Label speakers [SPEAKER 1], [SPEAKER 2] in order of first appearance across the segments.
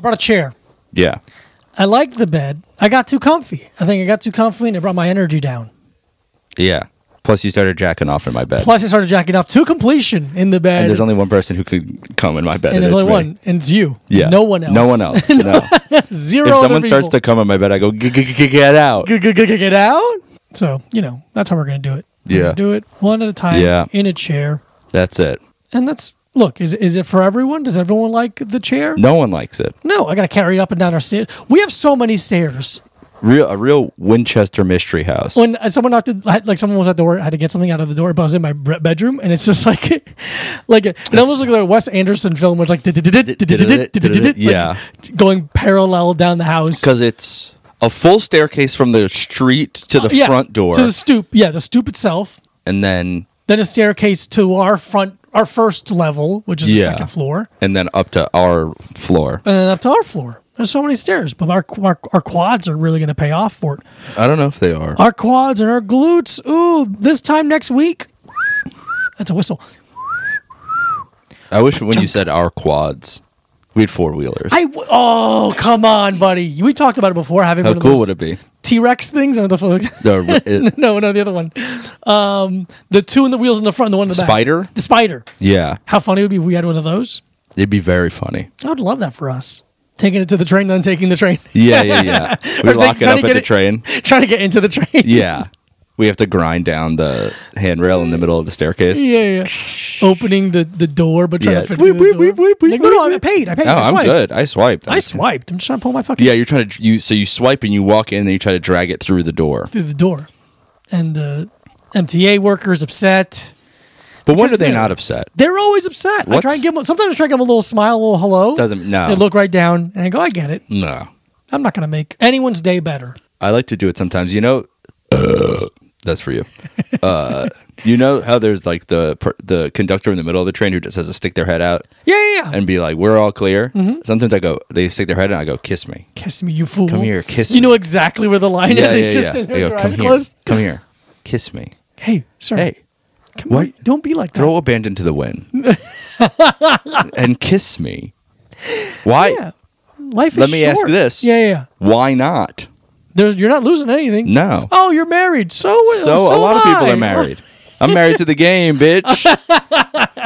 [SPEAKER 1] brought a chair.
[SPEAKER 2] Yeah.
[SPEAKER 1] I liked the bed. I got too comfy. I think I got too comfy and it brought my energy down.
[SPEAKER 2] Yeah. Plus, you started jacking off in my bed.
[SPEAKER 1] Plus, I started jacking off to completion in the bed.
[SPEAKER 2] and there's only one person who could come in my bed.
[SPEAKER 1] And there's
[SPEAKER 2] it's
[SPEAKER 1] only
[SPEAKER 2] me.
[SPEAKER 1] one, and it's you.
[SPEAKER 2] Yeah.
[SPEAKER 1] No one else.
[SPEAKER 2] No one else. no.
[SPEAKER 1] Zero.
[SPEAKER 2] If
[SPEAKER 1] other
[SPEAKER 2] someone starts
[SPEAKER 1] people.
[SPEAKER 2] to come in my bed, I go, "G- g- g- get out.
[SPEAKER 1] G- g- g- g- get out. So you know that's how we're gonna do it. We're
[SPEAKER 2] Yeah.
[SPEAKER 1] gonna do it one at a time.
[SPEAKER 2] Yeah.
[SPEAKER 1] In a chair,
[SPEAKER 2] That's it.
[SPEAKER 1] and that's look. Is is it for everyone? Does everyone like the chair?
[SPEAKER 2] No one likes it.
[SPEAKER 1] No, I gotta carry it up and down our stairs. We have so many stairs.
[SPEAKER 2] Real a real Winchester mystery house.
[SPEAKER 1] When uh, someone knocked, at- had- like someone was at the door, I had to get something out of the door, but I was in my bre- bedroom, and it's just like, like it almost looked like a Wes Anderson film, where it's like, like,
[SPEAKER 2] Yeah.
[SPEAKER 1] going parallel down the house
[SPEAKER 2] because it's a full staircase from the street to the
[SPEAKER 1] Yeah,
[SPEAKER 2] front door,
[SPEAKER 1] to the stoop. Yeah, the stoop itself,
[SPEAKER 2] and then
[SPEAKER 1] then a staircase to our front, our first level, which is the
[SPEAKER 2] Yeah.
[SPEAKER 1] second floor,
[SPEAKER 2] and then up to our floor.
[SPEAKER 1] and then up to our floor. There's so many stairs, but our our, our quads are really going to pay off for it.
[SPEAKER 2] I don't know if they are.
[SPEAKER 1] Our quads and our glutes. Ooh, this time next week. That's a whistle.
[SPEAKER 2] I wish when you said our quads, we had four wheelers.
[SPEAKER 1] I w- oh come on, buddy. We talked about it before. Having
[SPEAKER 2] How
[SPEAKER 1] one of
[SPEAKER 2] cool
[SPEAKER 1] those
[SPEAKER 2] would it be?
[SPEAKER 1] T Rex things or the f-
[SPEAKER 2] The, it-
[SPEAKER 1] no no the other one, um, the two in the wheels in the front, and the one in the back.
[SPEAKER 2] Spider?
[SPEAKER 1] The spider.
[SPEAKER 2] yeah,
[SPEAKER 1] How funny it would be if we had one of those.
[SPEAKER 2] it'd be very funny.
[SPEAKER 1] I would love that for us. Taking it to the train, then taking the train,
[SPEAKER 2] Yeah, yeah, yeah.
[SPEAKER 1] Or
[SPEAKER 2] We
[SPEAKER 1] they-
[SPEAKER 2] lock it
[SPEAKER 1] trying
[SPEAKER 2] up
[SPEAKER 1] to
[SPEAKER 2] at
[SPEAKER 1] get
[SPEAKER 2] the
[SPEAKER 1] it-
[SPEAKER 2] train.
[SPEAKER 1] trying to get into the train.
[SPEAKER 2] Yeah, we have to grind down the handrail in the middle of the staircase.
[SPEAKER 1] yeah, yeah. Opening the, the door, but trying
[SPEAKER 2] Yeah.
[SPEAKER 1] to fit
[SPEAKER 2] Weep,
[SPEAKER 1] through the
[SPEAKER 2] weep,
[SPEAKER 1] door.
[SPEAKER 2] weep, weep, weep,
[SPEAKER 1] Like, no, no,
[SPEAKER 2] weep,
[SPEAKER 1] I paid. I paid.
[SPEAKER 2] No,
[SPEAKER 1] I
[SPEAKER 2] Oh, I'm
[SPEAKER 1] swiped.
[SPEAKER 2] good. I swiped.
[SPEAKER 1] I swiped. I'm just trying to pull my fucking.
[SPEAKER 2] Yeah, you're trying to you so you swipe and you walk in and you try to drag it through the door.
[SPEAKER 1] through the door, and uh, the MTA workers upset.
[SPEAKER 2] But when
[SPEAKER 1] Because
[SPEAKER 2] are they
[SPEAKER 1] they're-
[SPEAKER 2] not upset?
[SPEAKER 1] They're always upset. I
[SPEAKER 2] What's-
[SPEAKER 1] try and give them. Sometimes I try and give them a little smile, a little hello.
[SPEAKER 2] Doesn't- no.
[SPEAKER 1] They look right down, and I go, I get it.
[SPEAKER 2] No.
[SPEAKER 1] I'm not gonna make anyone's day better.
[SPEAKER 2] I like to do it sometimes. You know, that's for you. Uh, you know how there's like the per- the conductor in the middle of the train who just has to stick their head out
[SPEAKER 1] Yeah, yeah, yeah.
[SPEAKER 2] and be like, "We're all clear."
[SPEAKER 1] Mm-hmm.
[SPEAKER 2] Sometimes I go, they stick their head out, and I go, "Kiss me."
[SPEAKER 1] kiss me, you fool.
[SPEAKER 2] Come here, kiss
[SPEAKER 1] You
[SPEAKER 2] me.
[SPEAKER 1] know exactly where the line is. it's just in
[SPEAKER 2] I go,
[SPEAKER 1] your
[SPEAKER 2] "Come
[SPEAKER 1] eyes
[SPEAKER 2] here.
[SPEAKER 1] closed.
[SPEAKER 2] Come here, kiss me.
[SPEAKER 1] Hey, sir.
[SPEAKER 2] Hey,
[SPEAKER 1] come
[SPEAKER 2] what?
[SPEAKER 1] here. Don't be like that.
[SPEAKER 2] throw abandon to the wind and kiss me. Why?
[SPEAKER 1] yeah. Life is
[SPEAKER 2] Let me ask
[SPEAKER 1] short.
[SPEAKER 2] this.
[SPEAKER 1] Yeah, yeah, yeah.
[SPEAKER 2] Why not?
[SPEAKER 1] There's, you're not losing anything.
[SPEAKER 2] No.
[SPEAKER 1] Oh, you're married. So what-
[SPEAKER 2] so, a lot of
[SPEAKER 1] am
[SPEAKER 2] people
[SPEAKER 1] I.
[SPEAKER 2] are married. I'm married to the game, bitch.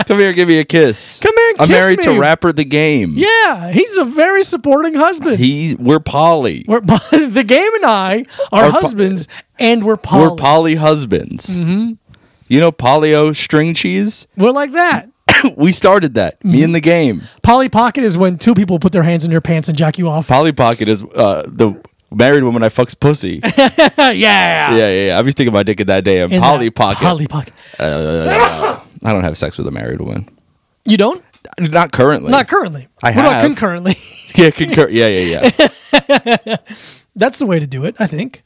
[SPEAKER 2] Come here, give me a kiss.
[SPEAKER 1] Come here and
[SPEAKER 2] I'm
[SPEAKER 1] kiss
[SPEAKER 2] married
[SPEAKER 1] me.
[SPEAKER 2] to rapper the game.
[SPEAKER 1] Yeah, he's a very supporting husband.
[SPEAKER 2] He we're poly.
[SPEAKER 1] we're, the game and I are
[SPEAKER 2] Are po-
[SPEAKER 1] husbands, and we're poly. Mm-hmm.
[SPEAKER 2] We're, poly husbands. You know polio string cheese?
[SPEAKER 1] We're like that.
[SPEAKER 2] we started that. Me
[SPEAKER 1] Mm-hmm.
[SPEAKER 2] and the game.
[SPEAKER 1] Polly pocket is when two people put their hands in your pants and jack you off.
[SPEAKER 2] Polly pocket is uh, the married woman I fucks pussy. yeah,
[SPEAKER 1] yeah, yeah.
[SPEAKER 2] yeah, yeah. I be sticking my dick in that damn
[SPEAKER 1] In
[SPEAKER 2] polly
[SPEAKER 1] that-
[SPEAKER 2] pocket.
[SPEAKER 1] Polly pocket.
[SPEAKER 2] I don't have sex with a married woman.
[SPEAKER 1] You don't?
[SPEAKER 2] Not currently.
[SPEAKER 1] Not currently.
[SPEAKER 2] I
[SPEAKER 1] what about
[SPEAKER 2] have.
[SPEAKER 1] concurrently?
[SPEAKER 2] yeah, concur- yeah, yeah, yeah.
[SPEAKER 1] That's the way to do it, I think.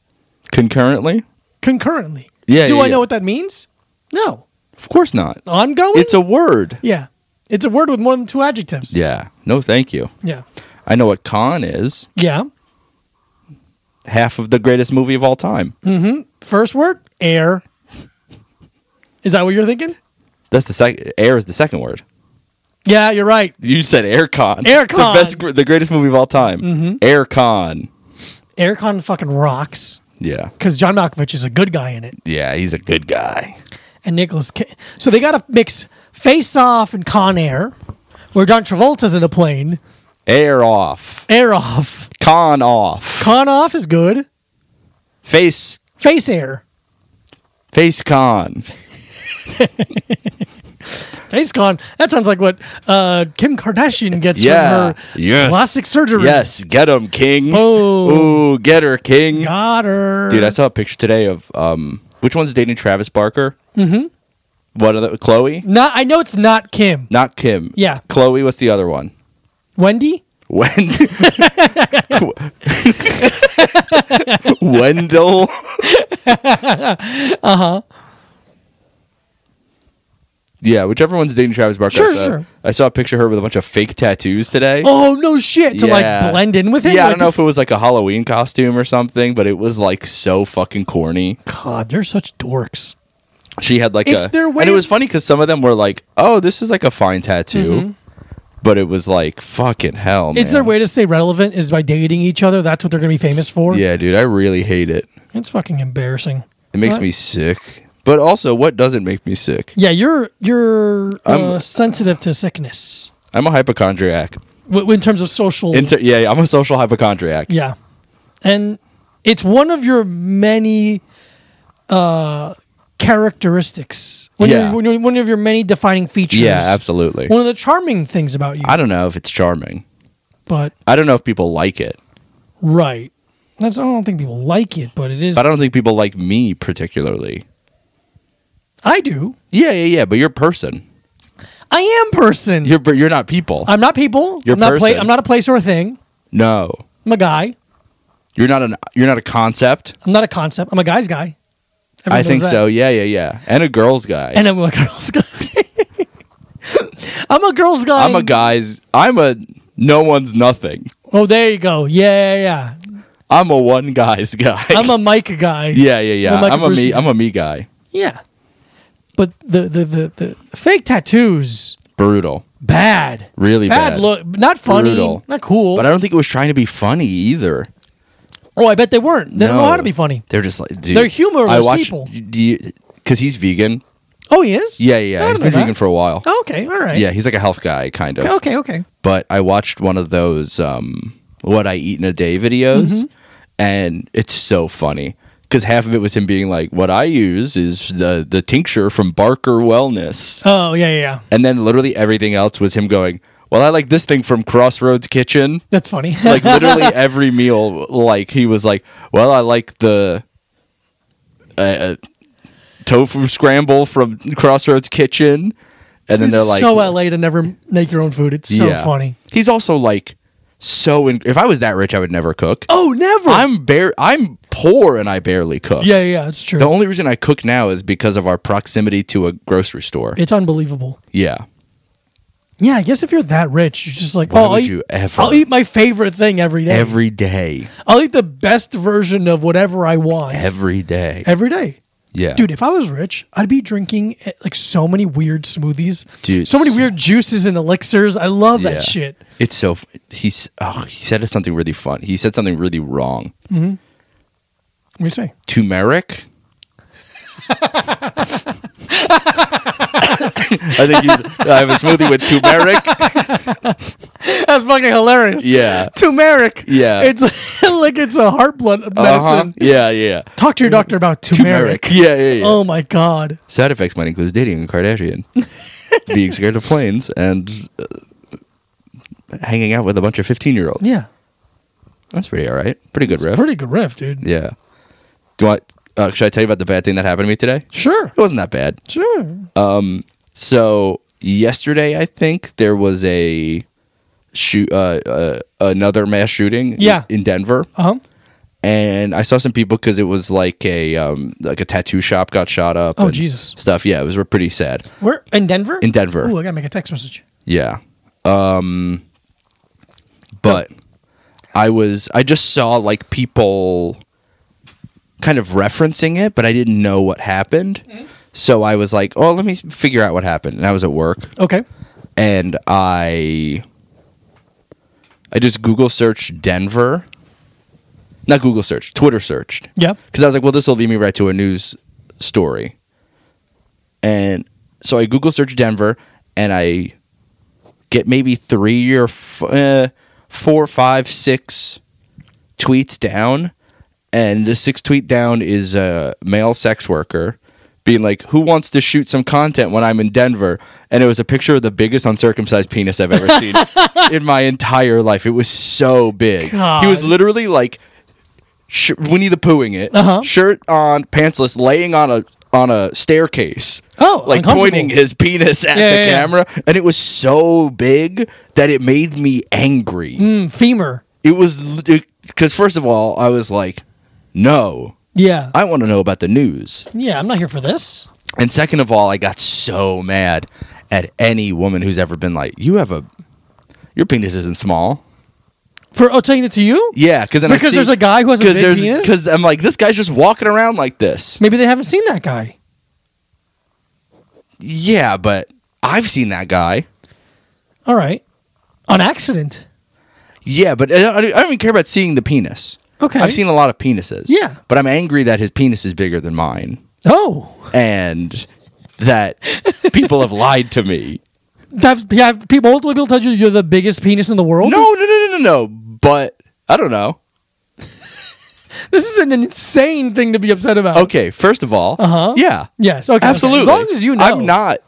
[SPEAKER 2] Concurrently?
[SPEAKER 1] Concurrently.
[SPEAKER 2] Yeah,
[SPEAKER 1] Do
[SPEAKER 2] yeah,
[SPEAKER 1] I know
[SPEAKER 2] yeah.
[SPEAKER 1] what that means? No.
[SPEAKER 2] Of course not.
[SPEAKER 1] Ongoing.
[SPEAKER 2] It's a word.
[SPEAKER 1] yeah. It's a word with more than two adjectives.
[SPEAKER 2] Yeah. No, thank you.
[SPEAKER 1] Yeah.
[SPEAKER 2] I know what Khan is.
[SPEAKER 1] Yeah.
[SPEAKER 2] Half of the greatest movie of all time.
[SPEAKER 1] Hmm. First word, air. Is that what you're thinking?
[SPEAKER 2] That's the second. Air is the second word.
[SPEAKER 1] Yeah, you're right.
[SPEAKER 2] You said Air Con.
[SPEAKER 1] Air
[SPEAKER 2] The
[SPEAKER 1] Con. Mm-hmm.
[SPEAKER 2] best, gr- the greatest movie of all time. Air Con.
[SPEAKER 1] Aircon fucking rocks
[SPEAKER 2] Yeah.
[SPEAKER 1] because John Malkovich is a good guy in it,
[SPEAKER 2] Yeah, he's a good guy.
[SPEAKER 1] and Nicholas. Ca- so they got to mix Face Off and Con Air, where John Travolta's in a plane.
[SPEAKER 2] Air off.
[SPEAKER 1] Air Off,
[SPEAKER 2] Con off.
[SPEAKER 1] Con Off is good.
[SPEAKER 2] face.
[SPEAKER 1] Face Air,
[SPEAKER 2] Face con.
[SPEAKER 1] Face Con. That sounds like what uh, Kim Kardashian gets
[SPEAKER 2] Yeah.
[SPEAKER 1] from her
[SPEAKER 2] Yes.
[SPEAKER 1] plastic surgery.
[SPEAKER 2] Yes. Get him, King.
[SPEAKER 1] Boom.
[SPEAKER 2] Ooh, get her, King.
[SPEAKER 1] got her.
[SPEAKER 2] Dude, I saw a picture today of um, which one's dating Travis Barker? Mm-hmm. What other? Chloe?
[SPEAKER 1] Not, I know it's not Kim.
[SPEAKER 2] Not Kim.
[SPEAKER 1] Yeah.
[SPEAKER 2] Chloe. What's the other one?
[SPEAKER 1] Wendy.
[SPEAKER 2] When Wendell. uh-huh.
[SPEAKER 1] Uh-huh.
[SPEAKER 2] Yeah, whichever one's dating Travis Barker.
[SPEAKER 1] Sure,
[SPEAKER 2] I saw,
[SPEAKER 1] sure.
[SPEAKER 2] I saw a picture of her with a bunch of fake tattoos today.
[SPEAKER 1] Oh no shit! To
[SPEAKER 2] Yeah.
[SPEAKER 1] like blend in with him.
[SPEAKER 2] Yeah, I
[SPEAKER 1] like
[SPEAKER 2] don't know if it was like a Halloween costume or something, but it was like so fucking corny.
[SPEAKER 1] God, they're such dorks.
[SPEAKER 2] She had like
[SPEAKER 1] It's
[SPEAKER 2] a
[SPEAKER 1] their way
[SPEAKER 2] and it
[SPEAKER 1] of-
[SPEAKER 2] was funny because some of them were like, "Oh, this is like a fine tattoo," but it was like fucking hell. Man.
[SPEAKER 1] Mm-hmm. It's their way to stay relevant is by dating each other. That's what they're going to be famous for.
[SPEAKER 2] Yeah, dude, I really hate it.
[SPEAKER 1] It's fucking embarrassing.
[SPEAKER 2] It makes
[SPEAKER 1] What?
[SPEAKER 2] me sick. But also, what doesn't make me sick?
[SPEAKER 1] Yeah, you're you're uh,
[SPEAKER 2] I'm-
[SPEAKER 1] sensitive to sickness
[SPEAKER 2] I'm a hypochondriac.
[SPEAKER 1] w- in terms of social.
[SPEAKER 2] Inter- yeah, I'm a social hypochondriac.
[SPEAKER 1] yeah, and it's one of your many uh, characteristics. One
[SPEAKER 2] Yeah.
[SPEAKER 1] of your, one of- one of your many defining features.
[SPEAKER 2] Yeah, absolutely.
[SPEAKER 1] One of the charming things about you,
[SPEAKER 2] I don't know if it's charming.
[SPEAKER 1] but
[SPEAKER 2] I don't know if people like it.
[SPEAKER 1] right. That's I don't think people like it, but it is.
[SPEAKER 2] But I don't think people like me particularly.
[SPEAKER 1] I do.
[SPEAKER 2] Yeah, yeah, yeah. But you're a person.
[SPEAKER 1] I am person.
[SPEAKER 2] You're but you're not people.
[SPEAKER 1] I'm not people.
[SPEAKER 2] You're
[SPEAKER 1] I'm not
[SPEAKER 2] person.
[SPEAKER 1] I'm not a place or a thing.
[SPEAKER 2] no,
[SPEAKER 1] I'm a guy.
[SPEAKER 2] you're not an you're not a concept.
[SPEAKER 1] I'm not a concept. I'm a guy's guy. Everyone
[SPEAKER 2] I
[SPEAKER 1] knows
[SPEAKER 2] think
[SPEAKER 1] that.
[SPEAKER 2] so. Yeah, yeah, yeah. And a girl's guy.
[SPEAKER 1] And I'm a girl's guy. I'm a girl's guy.
[SPEAKER 2] I'm a guy's. I'm a no one's nothing.
[SPEAKER 1] Oh, there you go. Yeah, yeah, yeah.
[SPEAKER 2] I'm a one guy's guy.
[SPEAKER 1] I'm a Mike guy.
[SPEAKER 2] yeah, yeah, yeah.
[SPEAKER 1] I'm like
[SPEAKER 2] I'm
[SPEAKER 1] a
[SPEAKER 2] a
[SPEAKER 1] Bruce
[SPEAKER 2] me.
[SPEAKER 1] guy.
[SPEAKER 2] I'm a me guy.
[SPEAKER 1] Yeah. But the the the, the fake tattoos
[SPEAKER 2] Brutal.
[SPEAKER 1] bad.
[SPEAKER 2] Really bad.
[SPEAKER 1] look. Not funny.
[SPEAKER 2] Brutal.
[SPEAKER 1] Not cool.
[SPEAKER 2] But I don't think it was trying to be funny either.
[SPEAKER 1] oh, I bet they weren't. They don't know
[SPEAKER 2] No.
[SPEAKER 1] how to be funny.
[SPEAKER 2] They're just like dude.
[SPEAKER 1] They're humorless
[SPEAKER 2] I watched,
[SPEAKER 1] people.
[SPEAKER 2] Because he's vegan.
[SPEAKER 1] Oh, he is.
[SPEAKER 2] Yeah, yeah. yeah.
[SPEAKER 1] I
[SPEAKER 2] He's
[SPEAKER 1] don't know
[SPEAKER 2] been
[SPEAKER 1] that.
[SPEAKER 2] vegan for a while.
[SPEAKER 1] Oh, okay. All right.
[SPEAKER 2] Yeah, he's like a health guy kind of.
[SPEAKER 1] Okay. Okay.
[SPEAKER 2] but I watched one of those um, "What I Eat in a Day" videos, and it's so funny because half of it was him being like, "What I use is the the tincture from Barker Wellness,"
[SPEAKER 1] Oh, yeah, yeah. yeah.
[SPEAKER 2] and then literally everything else was him going, "Well, I like this thing from Crossroads Kitchen."
[SPEAKER 1] That's funny.
[SPEAKER 2] Like literally every meal, like he was like, "Well, I like the." Uh, tofu scramble from Crossroads Kitchen, and then they're like,
[SPEAKER 1] so LA to never make your own food. It's so funny.
[SPEAKER 2] He's also like so. In- if I was that rich, I would never cook.
[SPEAKER 1] Oh, never.
[SPEAKER 2] I'm bare. I'm poor and I barely cook.
[SPEAKER 1] yeah, yeah, it's true.
[SPEAKER 2] The only reason I cook now is because of our proximity to a grocery store.
[SPEAKER 1] it's unbelievable.
[SPEAKER 2] yeah.
[SPEAKER 1] Yeah, I guess if you're that rich, you're just like,
[SPEAKER 2] Why
[SPEAKER 1] oh, I'll
[SPEAKER 2] would
[SPEAKER 1] eat,
[SPEAKER 2] you ever?
[SPEAKER 1] I'll eat my favorite thing every day.
[SPEAKER 2] Every day.
[SPEAKER 1] I'll eat the best version of whatever I want
[SPEAKER 2] Every day.
[SPEAKER 1] every day.
[SPEAKER 2] yeah.
[SPEAKER 1] Dude, if I was rich, I'd be drinking eh, like so many weird smoothies,
[SPEAKER 2] Dude,
[SPEAKER 1] so many
[SPEAKER 2] so-
[SPEAKER 1] weird juices and elixirs. I love
[SPEAKER 2] Yeah.
[SPEAKER 1] that shit.
[SPEAKER 2] It's so. f- He's. Oh, he said something really fun. He said something really wrong.
[SPEAKER 1] What do you say?
[SPEAKER 2] turmeric. I think he's, I have a smoothie with turmeric.
[SPEAKER 1] That's fucking hilarious.
[SPEAKER 2] Yeah.
[SPEAKER 1] Turmeric.
[SPEAKER 2] Yeah.
[SPEAKER 1] It's like it's a heart blood medicine.
[SPEAKER 2] Uh-huh. Yeah, yeah.
[SPEAKER 1] Talk to your doctor about turmeric.
[SPEAKER 2] Yeah, yeah, yeah.
[SPEAKER 1] Oh my god.
[SPEAKER 2] Side effects might include dating a Kardashian, being scared of planes, and uh, hanging out with a bunch of 15 year olds.
[SPEAKER 1] Yeah.
[SPEAKER 2] That's pretty all right. Pretty good riff.
[SPEAKER 1] Pretty good riff, dude.
[SPEAKER 2] yeah. Do you want, uh, should I tell you about the bad thing that happened to me today?
[SPEAKER 1] Sure.
[SPEAKER 2] It wasn't that bad.
[SPEAKER 1] Sure.
[SPEAKER 2] So yesterday, I think there was a shoot uh, uh, another mass shooting. in-
[SPEAKER 1] Yeah.
[SPEAKER 2] In, Denver,
[SPEAKER 1] Uh huh.
[SPEAKER 2] and I saw some people because it was like a um, like a tattoo shop got shot up.
[SPEAKER 1] Oh,
[SPEAKER 2] and
[SPEAKER 1] Jesus.
[SPEAKER 2] Stuff. Yeah, it was pretty sad.
[SPEAKER 1] Where in Denver?
[SPEAKER 2] In Denver.
[SPEAKER 1] Ooh, I gotta make a text message.
[SPEAKER 2] Yeah. Um, but I was I just saw like people kind of referencing it, but I didn't know what happened. So I was like, "Oh, let me figure out what happened." And I was at work.
[SPEAKER 1] Okay.
[SPEAKER 2] and I I just Google searched Denver. Not Google search, Twitter searched.
[SPEAKER 1] Yep.
[SPEAKER 2] Because I was like, well, this will lead me right to a news story. And so I Google search Denver and I get maybe three or f- uh, four, five, six tweets down. And the sixth tweet down is a male sex worker being like, Who wants to shoot some content when I'm in Denver? And it was a picture of the biggest uncircumcised penis I've ever seen in my entire life. It was so big. He was
[SPEAKER 1] God.
[SPEAKER 2] literally like, sh- Winnie the Poohing it,
[SPEAKER 1] Uh-huh.
[SPEAKER 2] shirt on, pantsless, laying on a on a staircase.
[SPEAKER 1] Oh,
[SPEAKER 2] like
[SPEAKER 1] uncomfortable.
[SPEAKER 2] pointing his penis at
[SPEAKER 1] Yeah,
[SPEAKER 2] the
[SPEAKER 1] yeah, yeah.
[SPEAKER 2] camera, and it was so big that it made me angry.
[SPEAKER 1] Mm, femur.
[SPEAKER 2] It was because first of all, I was like, "No,
[SPEAKER 1] Yeah.
[SPEAKER 2] I want to know about the news,"
[SPEAKER 1] yeah, I'm not here for this.
[SPEAKER 2] and second of all, I got so mad at any woman who's ever been like, "You have a your penis isn't small."
[SPEAKER 1] For oh, telling it to you?
[SPEAKER 2] Yeah, because then I
[SPEAKER 1] Because
[SPEAKER 2] see-
[SPEAKER 1] there's a guy who has a
[SPEAKER 2] 'cause
[SPEAKER 1] big
[SPEAKER 2] there's-
[SPEAKER 1] penis?
[SPEAKER 2] I'm like, this guy's just walking around like this.
[SPEAKER 1] Maybe they haven't seen that guy.
[SPEAKER 2] Yeah, but I've seen that guy.
[SPEAKER 1] All right. on accident.
[SPEAKER 2] Yeah, but I don't, I don't even care about seeing the penis.
[SPEAKER 1] Okay.
[SPEAKER 2] I've seen a lot of penises.
[SPEAKER 1] Yeah.
[SPEAKER 2] But I'm angry that his penis is bigger than mine
[SPEAKER 1] Oh,
[SPEAKER 2] and that people have lied to me.
[SPEAKER 1] that yeah. People, multiple people tell you you're the biggest penis in the world.
[SPEAKER 2] No, no, no, no, no, no. But I don't know.
[SPEAKER 1] this is an insane thing to be upset about.
[SPEAKER 2] Okay, first of all,
[SPEAKER 1] Uh-huh.
[SPEAKER 2] yeah.
[SPEAKER 1] Yes. Okay. okay.
[SPEAKER 2] Absolutely.
[SPEAKER 1] As long as you know,
[SPEAKER 2] I'm not.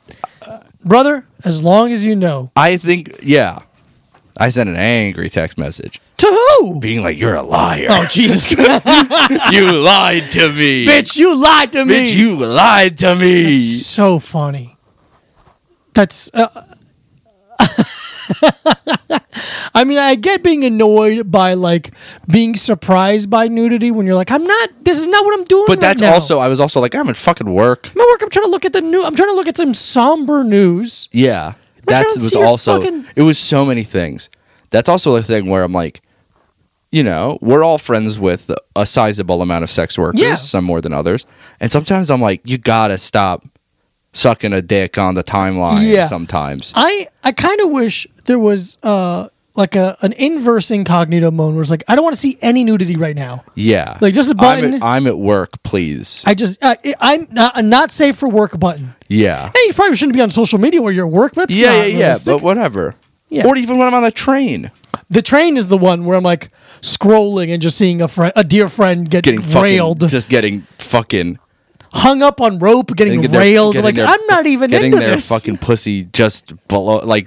[SPEAKER 1] brother. As long as you know.
[SPEAKER 2] I think, yeah. I sent an angry text message
[SPEAKER 1] To who?
[SPEAKER 2] being like, you're a liar.
[SPEAKER 1] Oh Jesus Christ,
[SPEAKER 2] you lied to me.
[SPEAKER 1] bitch! You lied to me.
[SPEAKER 2] Bitch, you lied to me.
[SPEAKER 1] so funny. That's. Uh, I mean, I get being annoyed by like being surprised by nudity when you're like, I'm not. This is not what I'm doing.
[SPEAKER 2] But
[SPEAKER 1] right
[SPEAKER 2] that's
[SPEAKER 1] now.
[SPEAKER 2] also, I was also like, I'm at fucking work.
[SPEAKER 1] my work. I'm trying to look at the new. I'm trying to look at some somber news.
[SPEAKER 2] Yeah.
[SPEAKER 1] I
[SPEAKER 2] That's
[SPEAKER 1] don't
[SPEAKER 2] it was
[SPEAKER 1] see your
[SPEAKER 2] also
[SPEAKER 1] fucking-
[SPEAKER 2] it was so many things. That's also a thing where I'm like, you know, we're all friends with a sizable amount of sex workers,
[SPEAKER 1] Yeah.
[SPEAKER 2] some more than others. And sometimes I'm like, you gotta stop sucking a dick on the timeline
[SPEAKER 1] Yeah.
[SPEAKER 2] sometimes.
[SPEAKER 1] I I kind of wish there was uh like a an inverse incognito mode where it's like I don't want to see any nudity right now.
[SPEAKER 2] Yeah.
[SPEAKER 1] Like, just a
[SPEAKER 2] I'm
[SPEAKER 1] button.
[SPEAKER 2] at, I'm at work, please.
[SPEAKER 1] I just uh, I- I'm not, I'm not safe for work button.
[SPEAKER 2] yeah.
[SPEAKER 1] Hey, you probably shouldn't be on social media where you're at work. That's
[SPEAKER 2] yeah,
[SPEAKER 1] not
[SPEAKER 2] yeah, yeah.
[SPEAKER 1] realistic.
[SPEAKER 2] But whatever.
[SPEAKER 1] Yeah.
[SPEAKER 2] Or even when I'm on a train.
[SPEAKER 1] The train is the one where I'm like scrolling and just seeing a friend, a dear friend get
[SPEAKER 2] Getting fucking
[SPEAKER 1] railed,
[SPEAKER 2] just getting fucking
[SPEAKER 1] hung up on rope, getting
[SPEAKER 2] Getting their-
[SPEAKER 1] railed.
[SPEAKER 2] getting
[SPEAKER 1] like
[SPEAKER 2] their-
[SPEAKER 1] I'm not even
[SPEAKER 2] getting
[SPEAKER 1] into
[SPEAKER 2] their
[SPEAKER 1] this.
[SPEAKER 2] fucking pussy just below, like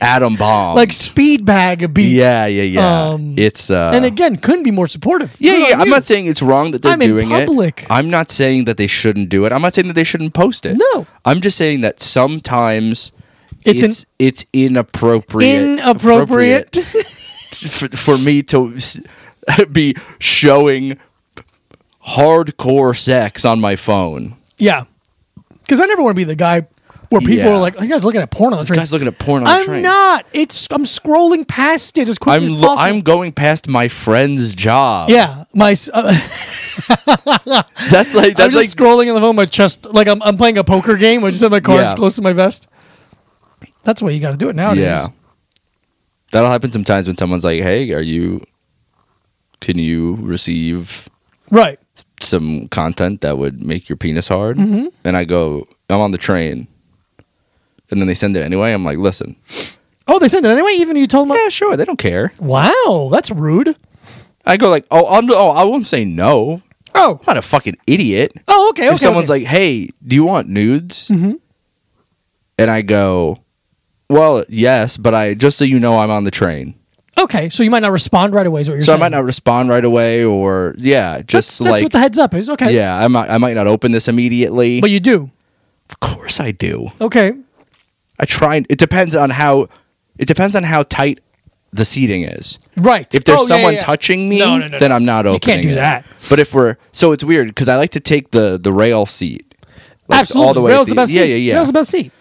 [SPEAKER 2] atom bomb.
[SPEAKER 1] like speed bag beat.
[SPEAKER 2] yeah, yeah, yeah.
[SPEAKER 1] Um,
[SPEAKER 2] it's uh,
[SPEAKER 1] And again, couldn't be more supportive.
[SPEAKER 2] yeah,
[SPEAKER 1] Good
[SPEAKER 2] yeah.
[SPEAKER 1] on
[SPEAKER 2] I'm
[SPEAKER 1] you.
[SPEAKER 2] not saying it's wrong that they're
[SPEAKER 1] I'm in
[SPEAKER 2] doing
[SPEAKER 1] public.
[SPEAKER 2] it. I'm not saying that they shouldn't do it. I'm not saying that they shouldn't post it.
[SPEAKER 1] No.
[SPEAKER 2] I'm just saying that sometimes
[SPEAKER 1] It's
[SPEAKER 2] it's
[SPEAKER 1] an-
[SPEAKER 2] it's, inappropriate
[SPEAKER 1] inappropriate.
[SPEAKER 2] for, for me to s- be showing hardcore sex on my phone.
[SPEAKER 1] yeah, because I never want to be the guy where people
[SPEAKER 2] Yeah.
[SPEAKER 1] are like, "Oh, "You guys looking at porn on the
[SPEAKER 2] This
[SPEAKER 1] train?"
[SPEAKER 2] guy's looking at porn on the
[SPEAKER 1] I'm
[SPEAKER 2] train.
[SPEAKER 1] not. It's I'm scrolling past it as quickly
[SPEAKER 2] I'm
[SPEAKER 1] as
[SPEAKER 2] lo-
[SPEAKER 1] possible.
[SPEAKER 2] I'm going past my friend's job.
[SPEAKER 1] yeah, my s- uh,
[SPEAKER 2] That's like
[SPEAKER 1] I'm
[SPEAKER 2] that's like
[SPEAKER 1] just scrolling on the phone. My chest, like I'm, I'm playing a poker game. I just have my cards
[SPEAKER 2] Yeah.
[SPEAKER 1] close to my vest. That's the way you got to do it nowadays.
[SPEAKER 2] yeah. That'll happen sometimes when someone's like, "Hey, are you? Can you receive
[SPEAKER 1] Right.
[SPEAKER 2] some content that would make your penis hard?"
[SPEAKER 1] Mm-hmm.
[SPEAKER 2] And I go, "I'm on the train," and then they send it anyway. I'm like, "Listen,
[SPEAKER 1] Oh, they sent it anyway. Even you told them.
[SPEAKER 2] yeah, sure, they don't care."
[SPEAKER 1] Wow, that's rude.
[SPEAKER 2] I go like, "Oh, I'm, oh, I won't say no.
[SPEAKER 1] Oh.
[SPEAKER 2] I'm not a fucking idiot."
[SPEAKER 1] Oh, okay. okay
[SPEAKER 2] if someone's
[SPEAKER 1] okay. Mm-hmm.
[SPEAKER 2] like, "Hey, do you want nudes?" and I go, "Well, yes, but I just so you know, I'm on the train,
[SPEAKER 1] like, okay, so you might not respond right away. Is what you're
[SPEAKER 2] so
[SPEAKER 1] saying?
[SPEAKER 2] I might not respond right away, or yeah,
[SPEAKER 1] That's,
[SPEAKER 2] just
[SPEAKER 1] that's
[SPEAKER 2] like
[SPEAKER 1] what the heads up is. Okay.
[SPEAKER 2] yeah, I might I might not open this immediately.
[SPEAKER 1] But you do.
[SPEAKER 2] of course, I do.
[SPEAKER 1] Okay.
[SPEAKER 2] I try. and- It depends on how it depends on how tight the seating is.
[SPEAKER 1] Right.
[SPEAKER 2] If there's
[SPEAKER 1] Oh, yeah,
[SPEAKER 2] someone
[SPEAKER 1] yeah, yeah.
[SPEAKER 2] touching me,
[SPEAKER 1] No, no, no,
[SPEAKER 2] then
[SPEAKER 1] no.
[SPEAKER 2] I'm not opening.
[SPEAKER 1] can't do
[SPEAKER 2] it.
[SPEAKER 1] that.
[SPEAKER 2] But if we're so it's weird because I like to take the the rail seat. Like,
[SPEAKER 1] Absolutely.
[SPEAKER 2] all the way at
[SPEAKER 1] Rail's the best
[SPEAKER 2] yeah,
[SPEAKER 1] seat.
[SPEAKER 2] yeah, yeah.
[SPEAKER 1] Rail's the best seat.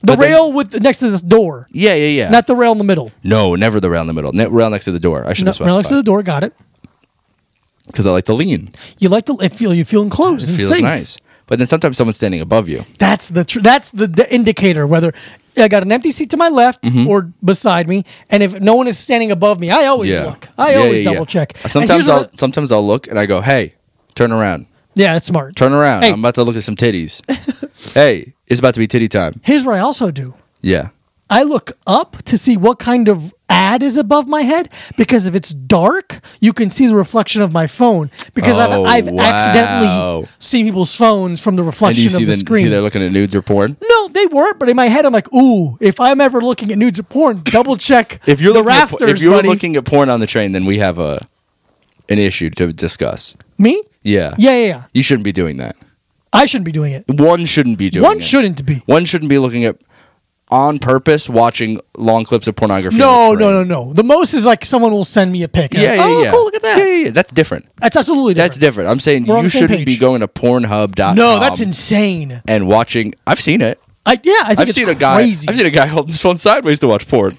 [SPEAKER 1] The
[SPEAKER 2] But then-
[SPEAKER 1] rail with next to this door,
[SPEAKER 2] Yeah, yeah, yeah.
[SPEAKER 1] not the rail in the middle.
[SPEAKER 2] no, never the rail in the middle. Ne- rail next to the door. I should
[SPEAKER 1] No,
[SPEAKER 2] have
[SPEAKER 1] rail next to the
[SPEAKER 2] specified
[SPEAKER 1] door. Got it.
[SPEAKER 2] because I like to lean.
[SPEAKER 1] You like to it feel you feel enclosed
[SPEAKER 2] It
[SPEAKER 1] and
[SPEAKER 2] feels
[SPEAKER 1] safe.
[SPEAKER 2] nice. But then sometimes someone's standing above you.
[SPEAKER 1] That's the tr- that's the, the indicator whether I got an empty seat to my left
[SPEAKER 2] Mm-hmm.
[SPEAKER 1] or beside me, and if no one is standing above me, I always look. I
[SPEAKER 2] Yeah,
[SPEAKER 1] always
[SPEAKER 2] yeah, yeah.
[SPEAKER 1] double check. And
[SPEAKER 2] Sometimes
[SPEAKER 1] here's what
[SPEAKER 2] I'll
[SPEAKER 1] I-
[SPEAKER 2] sometimes I'll look and I go, "Hey, turn around,
[SPEAKER 1] yeah, that's smart.
[SPEAKER 2] turn around.
[SPEAKER 1] Hey.
[SPEAKER 2] I'm about to look at some titties. hey, it's about to be titty time.
[SPEAKER 1] Here's what I also do.
[SPEAKER 2] Yeah,
[SPEAKER 1] I look up to see what kind of ad is above my head because if it's dark, you can see the reflection of my phone because
[SPEAKER 2] Oh,
[SPEAKER 1] I've, I've
[SPEAKER 2] wow.
[SPEAKER 1] accidentally seen people's phones from the
[SPEAKER 2] and
[SPEAKER 1] reflection
[SPEAKER 2] you
[SPEAKER 1] of
[SPEAKER 2] see
[SPEAKER 1] the
[SPEAKER 2] the
[SPEAKER 1] screen.
[SPEAKER 2] see they're looking at nudes or porn.
[SPEAKER 1] no, they weren't. But in my head, I'm like, "Ooh, if I'm ever looking at nudes or porn, double check
[SPEAKER 2] If you're
[SPEAKER 1] the
[SPEAKER 2] looking at por-
[SPEAKER 1] rafters,
[SPEAKER 2] if you're
[SPEAKER 1] buddy.
[SPEAKER 2] looking at porn on the train, then we have a an issue to discuss.
[SPEAKER 1] Me?
[SPEAKER 2] Yeah,
[SPEAKER 1] Yeah, yeah, yeah.
[SPEAKER 2] You shouldn't be doing that.
[SPEAKER 1] I shouldn't be doing it.
[SPEAKER 2] One shouldn't be doing.
[SPEAKER 1] One
[SPEAKER 2] it.
[SPEAKER 1] shouldn't be.
[SPEAKER 2] One shouldn't be looking at on purpose watching long clips of pornography.
[SPEAKER 1] No,
[SPEAKER 2] on the
[SPEAKER 1] no,
[SPEAKER 2] train.
[SPEAKER 1] no, no. The most is like someone will send me a pic. and
[SPEAKER 2] Yeah,
[SPEAKER 1] I'm
[SPEAKER 2] yeah,
[SPEAKER 1] like, oh,
[SPEAKER 2] yeah.
[SPEAKER 1] cool. Look at that.
[SPEAKER 2] Yeah, yeah, yeah. That's different.
[SPEAKER 1] That's absolutely different.
[SPEAKER 2] That's Um, different. I'm saying
[SPEAKER 1] We're on
[SPEAKER 2] you
[SPEAKER 1] the same
[SPEAKER 2] shouldn't be
[SPEAKER 1] page.
[SPEAKER 2] going to Pornhub.com.
[SPEAKER 1] No, that's insane.
[SPEAKER 2] And watching. I've seen it.
[SPEAKER 1] I, yeah, I think
[SPEAKER 2] I've
[SPEAKER 1] it's
[SPEAKER 2] seen a guy.
[SPEAKER 1] crazy.
[SPEAKER 2] I've seen a guy holding his phone sideways to watch porn.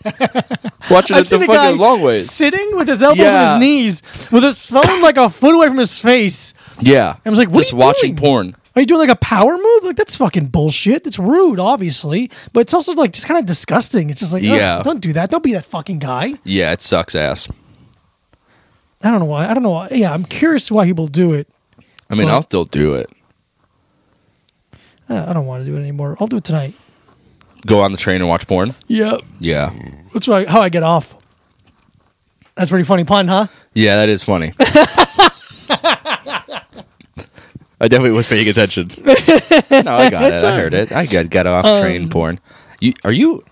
[SPEAKER 2] watching
[SPEAKER 1] I've
[SPEAKER 2] it the
[SPEAKER 1] seen a
[SPEAKER 2] fucking
[SPEAKER 1] guy
[SPEAKER 2] long ways.
[SPEAKER 1] sitting with his elbows
[SPEAKER 2] Yeah.
[SPEAKER 1] on his knees, with his phone like a foot away from his face.
[SPEAKER 2] Yeah.
[SPEAKER 1] I was like, what
[SPEAKER 2] Just
[SPEAKER 1] are you
[SPEAKER 2] watching
[SPEAKER 1] doing?
[SPEAKER 2] porn.
[SPEAKER 1] Are you doing like a power move? Like that's fucking bullshit. That's rude, obviously, but it's also like just kind of disgusting. It's just like,
[SPEAKER 2] Yeah.
[SPEAKER 1] yeah, don't do that. Don't be that fucking guy.
[SPEAKER 2] Yeah, it sucks ass.
[SPEAKER 1] I don't know why. I don't know why. Yeah, I'm curious why people do it.
[SPEAKER 2] I mean,
[SPEAKER 1] Well-
[SPEAKER 2] I'll still do it.
[SPEAKER 1] Uh, I don't want to do it anymore. I'll do it tonight.
[SPEAKER 2] Go on the train and watch porn.
[SPEAKER 1] Yeah,
[SPEAKER 2] Yeah,
[SPEAKER 1] that's right. How I get off. That's pretty funny pun, huh?
[SPEAKER 2] yeah, that is funny. I definitely was paying attention. no, I got it. I heard it. I got got off
[SPEAKER 1] Um,
[SPEAKER 2] train porn. You are you?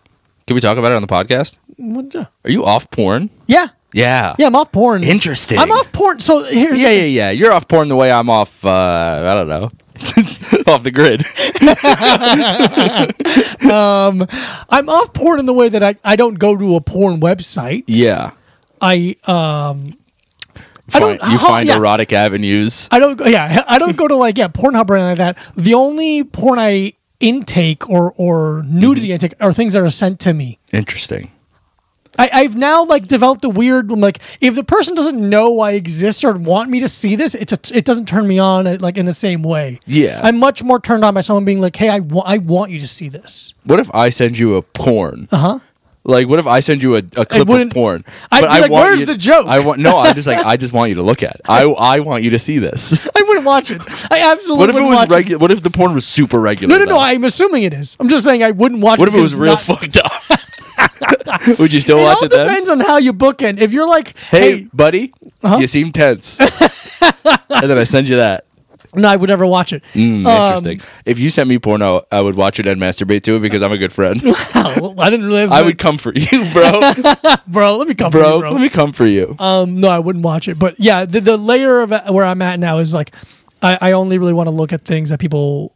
[SPEAKER 2] Can we talk about it on the podcast?
[SPEAKER 1] What- yeah.
[SPEAKER 2] Are you off porn?
[SPEAKER 1] Yeah,
[SPEAKER 2] Yeah.
[SPEAKER 1] yeah. I'm off porn.
[SPEAKER 2] Interesting.
[SPEAKER 1] I'm off porn. So here's
[SPEAKER 2] Yeah, yeah, yeah. You're off porn the way I'm off. Uh, I don't know. off the grid.
[SPEAKER 1] I'm off porn in the way that I, I don't go to a porn website.
[SPEAKER 2] Yeah.
[SPEAKER 1] I um I don't-
[SPEAKER 2] Find- you
[SPEAKER 1] how-
[SPEAKER 2] find
[SPEAKER 1] yeah.
[SPEAKER 2] erotic avenues.
[SPEAKER 1] I don't go yeah, I don't go to like yeah, Pornhub or anything like that. The only porn I intake or or nudity
[SPEAKER 2] Mm-hmm.
[SPEAKER 1] I take are things that are sent to me.
[SPEAKER 2] Interesting.
[SPEAKER 1] I, I've now like developed a weird I'm like if the person doesn't know I exist or want me to see this, it's a, it doesn't turn me on uh, like in the same way.
[SPEAKER 2] Yeah.
[SPEAKER 1] I'm much more turned on by someone being like, "Hey, I wa- I want you to see this."
[SPEAKER 2] What if I send you a porn? Uh huh. Like, what if I send you a, a clip of
[SPEAKER 1] Uh-huh. wouldn't-
[SPEAKER 2] porn?
[SPEAKER 1] I'd
[SPEAKER 2] But
[SPEAKER 1] be like,
[SPEAKER 2] want
[SPEAKER 1] "Where's
[SPEAKER 2] you-
[SPEAKER 1] the joke?"
[SPEAKER 2] I want no. I'm just like, I just want you to look at. It. I I want you to see this.
[SPEAKER 1] I wouldn't watch it. I absolutely
[SPEAKER 2] What if it
[SPEAKER 1] wouldn't
[SPEAKER 2] was
[SPEAKER 1] watch
[SPEAKER 2] regular? What if the porn was super regular?
[SPEAKER 1] No, no, no.
[SPEAKER 2] though?
[SPEAKER 1] I'm assuming it is. I'm just saying I wouldn't watch.
[SPEAKER 2] what if it
[SPEAKER 1] because
[SPEAKER 2] was real
[SPEAKER 1] not-
[SPEAKER 2] fucked up? Would you still
[SPEAKER 1] It
[SPEAKER 2] watch
[SPEAKER 1] all
[SPEAKER 2] it then?
[SPEAKER 1] depends on how you book it. If you're like,
[SPEAKER 2] hey,
[SPEAKER 1] hey, Uh-huh.
[SPEAKER 2] buddy, you seem tense. and then I send you that.
[SPEAKER 1] no, I would never watch it.
[SPEAKER 2] Hmm, interesting. If you sent me porno, I would watch it and masturbate to it because I'm a good friend.
[SPEAKER 1] Wow, I didn't realize.
[SPEAKER 2] I
[SPEAKER 1] that.
[SPEAKER 2] would comfort you, bro.
[SPEAKER 1] bro. Let me come,
[SPEAKER 2] Bro,
[SPEAKER 1] bro.
[SPEAKER 2] let me comfort you.
[SPEAKER 1] Um, no, I wouldn't watch it. But yeah, the, the layer of where I'm at now is like, I, I only really want to look at things that people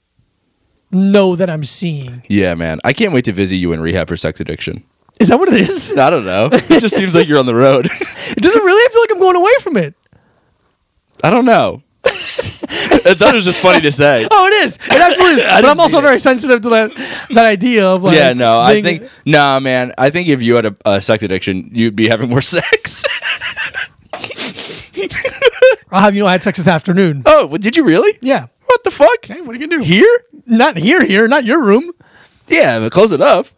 [SPEAKER 1] know that I'm seeing.
[SPEAKER 2] yeah, man. I can't wait to visit you in rehab for sex addiction.
[SPEAKER 1] Is that what it is?
[SPEAKER 2] I don't know. It just seems like you're on the road.
[SPEAKER 1] It doesn't really. I feel like I'm going away from it.
[SPEAKER 2] I don't know. I thought it was just funny to say.
[SPEAKER 1] Oh, it is. It absolutely is.
[SPEAKER 2] I
[SPEAKER 1] But
[SPEAKER 2] didn't
[SPEAKER 1] I'm also
[SPEAKER 2] mean it.
[SPEAKER 1] very sensitive to that that idea of like.
[SPEAKER 2] yeah, no, I
[SPEAKER 1] being-
[SPEAKER 2] think nah, man. I think if you had a, a sex addiction, you'd be having more sex.
[SPEAKER 1] I'll have you know I had sex this afternoon.
[SPEAKER 2] oh, well, did you really?
[SPEAKER 1] Yeah.
[SPEAKER 2] What the fuck?
[SPEAKER 1] Hey, what are you gonna do?
[SPEAKER 2] Here?
[SPEAKER 1] Not here, here, not your room.
[SPEAKER 2] Yeah, but close enough.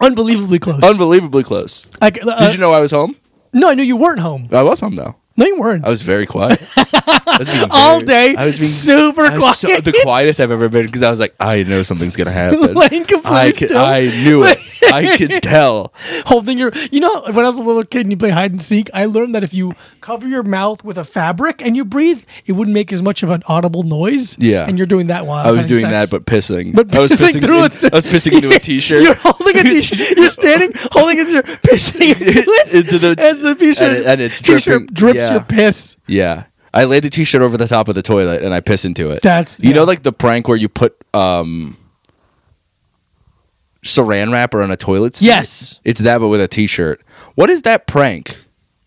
[SPEAKER 1] Unbelievably close.
[SPEAKER 2] Unbelievably close.
[SPEAKER 1] I c- uh,
[SPEAKER 2] Did you know I was home?
[SPEAKER 1] No, I knew you weren't home.
[SPEAKER 2] I was home though.
[SPEAKER 1] No, you weren't.
[SPEAKER 2] I was very quiet. I was being
[SPEAKER 1] All
[SPEAKER 2] very-
[SPEAKER 1] day,
[SPEAKER 2] I was being
[SPEAKER 1] super
[SPEAKER 2] I was so-
[SPEAKER 1] quiet.
[SPEAKER 2] the quietest I've ever been because I was like, I know something's gonna happen.
[SPEAKER 1] Laying completely
[SPEAKER 2] I, could-
[SPEAKER 1] still.
[SPEAKER 2] I knew it. I could tell.
[SPEAKER 1] holding your. You know, when I was a little kid and you play hide and seek, I learned that if you cover your mouth with a fabric and you breathe, it wouldn't make as much of an audible noise.
[SPEAKER 2] Yeah.
[SPEAKER 1] and you're doing that while
[SPEAKER 2] I was doing
[SPEAKER 1] having
[SPEAKER 2] that,
[SPEAKER 1] sex.
[SPEAKER 2] but pissing.
[SPEAKER 1] But
[SPEAKER 2] I was
[SPEAKER 1] pissing
[SPEAKER 2] pissing.
[SPEAKER 1] through a-
[SPEAKER 2] in- I was pissing into a t-shirt.
[SPEAKER 1] You're holding a t-shirt. You're standing holding a t-shirt, pissing into it.
[SPEAKER 2] Into the-
[SPEAKER 1] as the t-shirt,
[SPEAKER 2] and it- and it's
[SPEAKER 1] t-shirt
[SPEAKER 2] dripping-
[SPEAKER 1] drips
[SPEAKER 2] yeah.
[SPEAKER 1] your piss.
[SPEAKER 2] Yeah. I laid the t-shirt over the top of the toilet and I piss into it.
[SPEAKER 1] That's-
[SPEAKER 2] you know
[SPEAKER 1] yeah.
[SPEAKER 2] like the prank where you put um saran wrap around a toilet seat?
[SPEAKER 1] Yes.
[SPEAKER 2] It's that but with a t-shirt. What is that prank?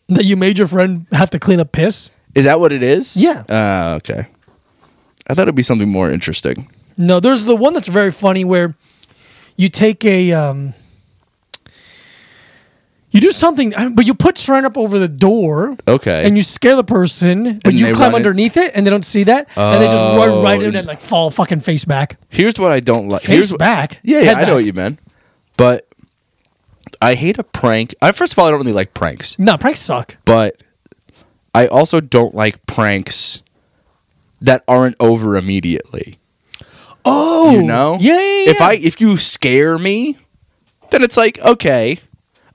[SPEAKER 1] That you made your friend have to clean up piss.
[SPEAKER 2] Is that what it is?
[SPEAKER 1] Yeah.
[SPEAKER 2] Uh, okay. I thought it'd be something more interesting.
[SPEAKER 1] No, there's the one that's very funny where you take a um, you do something, I- but you put saran wrap over the door.
[SPEAKER 2] Okay.
[SPEAKER 1] And you scare the person, but
[SPEAKER 2] And they
[SPEAKER 1] you
[SPEAKER 2] run
[SPEAKER 1] climb
[SPEAKER 2] in-
[SPEAKER 1] underneath it, and they don't see that, and they just
[SPEAKER 2] Oh.
[SPEAKER 1] run right in and like fall fucking face back.
[SPEAKER 2] Here's what I don't like.
[SPEAKER 1] Face
[SPEAKER 2] Here's what-
[SPEAKER 1] back?
[SPEAKER 2] Yeah, yeah,
[SPEAKER 1] Head
[SPEAKER 2] I know
[SPEAKER 1] back.
[SPEAKER 2] what you meant. But I hate a prank. I first of all I don't really like pranks.
[SPEAKER 1] No, pranks suck.
[SPEAKER 2] but I also don't like pranks that aren't over immediately.
[SPEAKER 1] Oh,
[SPEAKER 2] You know?
[SPEAKER 1] yeah, yeah, yeah.
[SPEAKER 2] If I if you scare me, then it's like okay,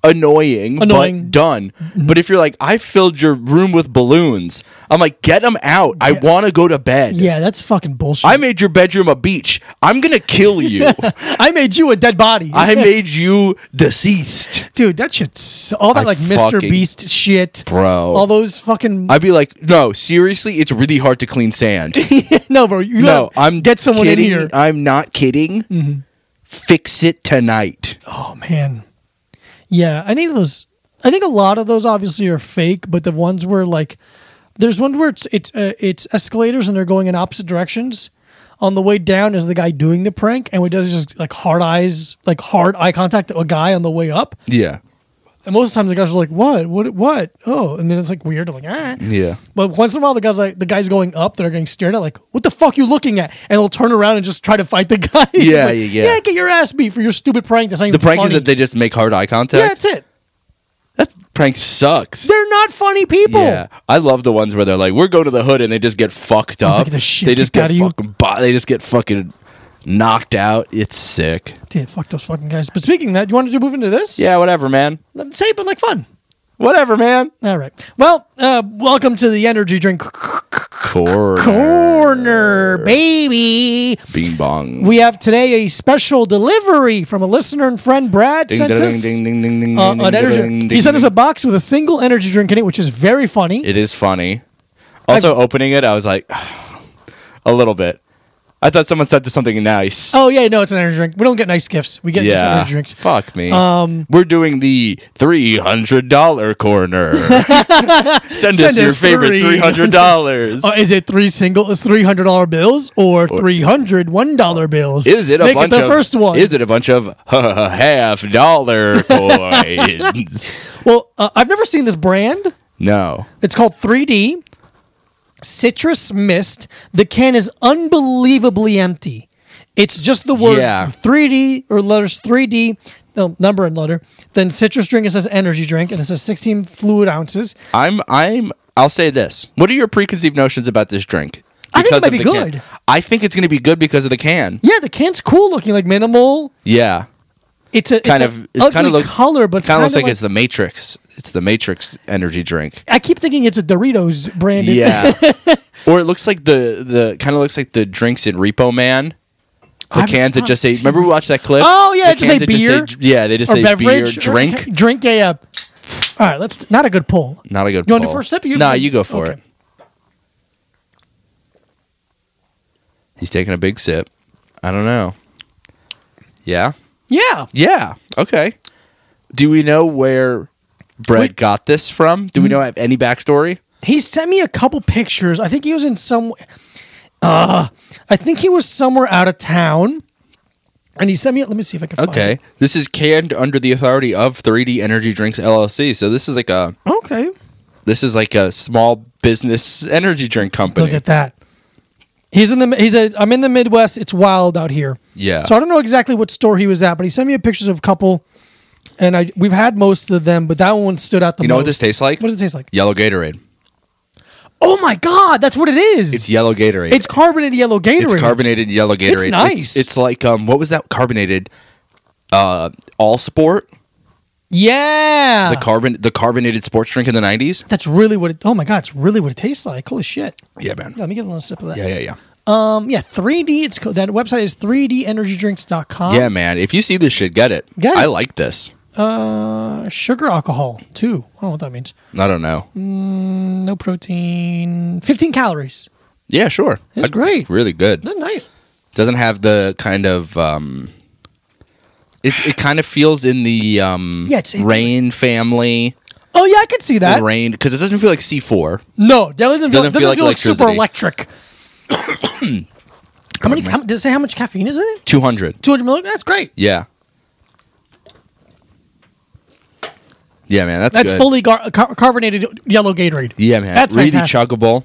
[SPEAKER 2] annoying,
[SPEAKER 1] Annoying. Mm-hmm.
[SPEAKER 2] but done. But if you're like I filled your room with balloons, I'm like get them out. I want to go to bed.
[SPEAKER 1] yeah, that's fucking bullshit.
[SPEAKER 2] I made your bedroom a beach. I'm gonna kill you.
[SPEAKER 1] I made you a dead body.
[SPEAKER 2] I made you deceased.
[SPEAKER 1] dude, that shit's all that
[SPEAKER 2] I
[SPEAKER 1] like Mr.
[SPEAKER 2] fucking-
[SPEAKER 1] Beast shit,
[SPEAKER 2] Bro.
[SPEAKER 1] All those fucking
[SPEAKER 2] I'd be like, no, seriously, it's really hard to clean sand.
[SPEAKER 1] no, bro. You
[SPEAKER 2] No,
[SPEAKER 1] gotta
[SPEAKER 2] I'm
[SPEAKER 1] get someone
[SPEAKER 2] kidding.
[SPEAKER 1] in here. Mm-hmm.
[SPEAKER 2] I'm not kidding. Fix it tonight.
[SPEAKER 1] Oh man, yeah. I need those. I think a lot of those obviously are fake, but the ones where like there's one where it's it's uh, it's escalators and they're going in opposite directions. On the way down is the guy doing the prank, and what he does is just like hard eyes, like hard eye contact a guy on the way up.
[SPEAKER 2] Yeah.
[SPEAKER 1] And most of the time, the guys are like, "What? What? What? Oh!" And then it's like weird. I'm like, ah.
[SPEAKER 2] Yeah.
[SPEAKER 1] But once in a while, the guys like the guys going up that are getting stared at, like, "What the fuck you looking at?" And they'll turn around and just try to fight the guy. It's
[SPEAKER 2] Yeah,
[SPEAKER 1] like,
[SPEAKER 2] yeah, yeah.
[SPEAKER 1] Get your ass beat for your stupid prank. That's not
[SPEAKER 2] The
[SPEAKER 1] even
[SPEAKER 2] prank is
[SPEAKER 1] funny."
[SPEAKER 2] that they just make hard eye
[SPEAKER 1] Yeah,
[SPEAKER 2] contact.
[SPEAKER 1] that's it.
[SPEAKER 2] that prank sucks.
[SPEAKER 1] They're not funny people.
[SPEAKER 2] Yeah, I love the ones where they're like, "We're going to the hood," and they just get fucked
[SPEAKER 1] they
[SPEAKER 2] up.
[SPEAKER 1] get the shit
[SPEAKER 2] they
[SPEAKER 1] kicked
[SPEAKER 2] just get
[SPEAKER 1] out of you.
[SPEAKER 2] fucking. Bo- they just get fucking knocked out. It's sick.
[SPEAKER 1] Dude, fuck those fucking guys. But speaking of that, you wanted to move into this?
[SPEAKER 2] Yeah, whatever, man.
[SPEAKER 1] Let- Say, it, but like fun.
[SPEAKER 2] Whatever, man.
[SPEAKER 1] All right. Well, uh, welcome to the energy drink
[SPEAKER 2] Corner.
[SPEAKER 1] corner, baby.
[SPEAKER 2] Bing bong.
[SPEAKER 1] We have today a special delivery from a listener and friend, Brad.
[SPEAKER 2] Ding,
[SPEAKER 1] sent
[SPEAKER 2] ding,
[SPEAKER 1] us
[SPEAKER 2] ding, ding, ding, ding,
[SPEAKER 1] uh,
[SPEAKER 2] ding,
[SPEAKER 1] an
[SPEAKER 2] ding,
[SPEAKER 1] energy.
[SPEAKER 2] ding,
[SPEAKER 1] he
[SPEAKER 2] ding,
[SPEAKER 1] sent us a
[SPEAKER 2] ding.
[SPEAKER 1] box with a single energy drink in it, which is very funny.
[SPEAKER 2] It is funny. Also, opening it, I was like, a little bit. I thought someone said something nice.
[SPEAKER 1] oh yeah, no, it's an energy drink. We don't get nice gifts. We get just
[SPEAKER 2] yeah.
[SPEAKER 1] energy drinks. Um,
[SPEAKER 2] Fuck me. We're doing the three hundred dollar corner. Send, us
[SPEAKER 1] Send
[SPEAKER 2] your
[SPEAKER 1] us
[SPEAKER 2] favorite
[SPEAKER 1] three.
[SPEAKER 2] three hundred dollars.
[SPEAKER 1] Uh, is it three single? Is three hundred dollar bills or three hundred one dollar bills?
[SPEAKER 2] Is it a
[SPEAKER 1] Make
[SPEAKER 2] bunch
[SPEAKER 1] it the
[SPEAKER 2] of
[SPEAKER 1] first one?
[SPEAKER 2] Is it a bunch of half dollar coins?
[SPEAKER 1] Well, uh, I've never seen this brand.
[SPEAKER 2] no.
[SPEAKER 1] It's called 3D Citrus Mist. The can is unbelievably empty. It's just the word
[SPEAKER 2] Yeah.
[SPEAKER 1] 3D or letters 3D, no, number and letter. Then citrus drink, it says energy drink, and it says 16 fluid ounces.
[SPEAKER 2] I'm I'm I'll say this. What are your preconceived notions about this drink?
[SPEAKER 1] I think it
[SPEAKER 2] Because
[SPEAKER 1] might
[SPEAKER 2] of
[SPEAKER 1] be
[SPEAKER 2] the can.
[SPEAKER 1] good.
[SPEAKER 2] I think it's going to be good because of the can.
[SPEAKER 1] Yeah, the can's cool looking, like minimal.
[SPEAKER 2] Yeah.
[SPEAKER 1] It's a it's
[SPEAKER 2] Kind
[SPEAKER 1] a
[SPEAKER 2] of it's kind
[SPEAKER 1] ugly
[SPEAKER 2] of looks
[SPEAKER 1] color, but
[SPEAKER 2] kind of looks like, it's the Matrix. It's the Matrix energy drink.
[SPEAKER 1] I keep thinking it's a Doritos branded.
[SPEAKER 2] Yeah. or it looks like the the kind of looks like the drinks in Repo Man. The
[SPEAKER 1] I've
[SPEAKER 2] cans that
[SPEAKER 1] not
[SPEAKER 2] just say.
[SPEAKER 1] seen-
[SPEAKER 2] Remember we watched that clip.
[SPEAKER 1] Oh, yeah,
[SPEAKER 2] The
[SPEAKER 1] it just
[SPEAKER 2] cans
[SPEAKER 1] say
[SPEAKER 2] that
[SPEAKER 1] beer
[SPEAKER 2] dr- yeah, they just
[SPEAKER 1] or
[SPEAKER 2] say
[SPEAKER 1] beverage
[SPEAKER 2] beer,
[SPEAKER 1] or-
[SPEAKER 2] drink.
[SPEAKER 1] drink a. Uh, all right, let's not a good pull.
[SPEAKER 2] Not a good.
[SPEAKER 1] You want to
[SPEAKER 2] pull.
[SPEAKER 1] do first sip?
[SPEAKER 2] No, nah, you go for
[SPEAKER 1] Okay.
[SPEAKER 2] it. He's taking a big sip. I don't know. Yeah.
[SPEAKER 1] Yeah.
[SPEAKER 2] Yeah. Okay. Do we know where Brett
[SPEAKER 1] Wait. Hmm.
[SPEAKER 2] got this from? Do we know have any backstory?
[SPEAKER 1] He sent me a couple pictures. I think he was in some. Uh, I think he was somewhere out of town, and he sent me. Let me see if I can.
[SPEAKER 2] Okay. This is canned under the authority of 3D Energy Drinks LLC. So this is like a
[SPEAKER 1] Find it. Okay.
[SPEAKER 2] this is like a small business energy drink company.
[SPEAKER 1] Look at that. He's in the. He's a. I'm in the Midwest. It's wild out here.
[SPEAKER 2] Yeah.
[SPEAKER 1] So I don't know exactly what store he was at, but he sent me a pictures of a couple, and I we've had most of them, but that one stood out the.
[SPEAKER 2] you know
[SPEAKER 1] most.
[SPEAKER 2] what this tastes like?
[SPEAKER 1] What does it taste like?
[SPEAKER 2] Yellow Gatorade.
[SPEAKER 1] Oh my God! That's what it is.
[SPEAKER 2] It's yellow Gatorade.
[SPEAKER 1] It's carbonated yellow Gatorade.
[SPEAKER 2] It's carbonated yellow Gatorade.
[SPEAKER 1] nice.
[SPEAKER 2] It's, it's like um, what was that carbonated? Uh, All Sport,
[SPEAKER 1] Yeah.
[SPEAKER 2] the
[SPEAKER 1] Ah.
[SPEAKER 2] carbon, the carbonated sports drink in the nineties.
[SPEAKER 1] that's really what. It, oh my God! It's really what it tastes like. Holy shit.
[SPEAKER 2] Yeah, man.
[SPEAKER 1] Yeah, let me get a little sip of that.
[SPEAKER 2] Yeah, yeah, yeah.
[SPEAKER 1] Um, yeah, 3D. It's co- that website is 3DEnergyDrinks.com.
[SPEAKER 2] yeah, man. If you see this shit, get it.
[SPEAKER 1] Um, Get
[SPEAKER 2] I
[SPEAKER 1] it.
[SPEAKER 2] like this.
[SPEAKER 1] Uh, sugar alcohol too. I don't know what that means.
[SPEAKER 2] I don't know.
[SPEAKER 1] Mm. No protein. 15 calories.
[SPEAKER 2] Yeah, sure.
[SPEAKER 1] It's great.
[SPEAKER 2] Really good.
[SPEAKER 1] That's nice.
[SPEAKER 2] Doesn't have the kind of um, it. It kind of feels in the um,
[SPEAKER 1] Yeah, it's-
[SPEAKER 2] rain family.
[SPEAKER 1] Oh yeah, I could see that.
[SPEAKER 2] The rain because it doesn't feel like C four.
[SPEAKER 1] No, that doesn't, feel, doesn't
[SPEAKER 2] Doesn't feel
[SPEAKER 1] feel,
[SPEAKER 2] like
[SPEAKER 1] like super electric. how many?
[SPEAKER 2] Pardon me.
[SPEAKER 1] How, does it say how much caffeine is in it?
[SPEAKER 2] 200.
[SPEAKER 1] 200 milligrams. That's great.
[SPEAKER 2] Yeah. Yeah, man. That's
[SPEAKER 1] That's
[SPEAKER 2] good.
[SPEAKER 1] fully gar- car- carbonated yellow Gatorade.
[SPEAKER 2] Yeah, man.
[SPEAKER 1] That's
[SPEAKER 2] really
[SPEAKER 1] fantastic.
[SPEAKER 2] chuggable.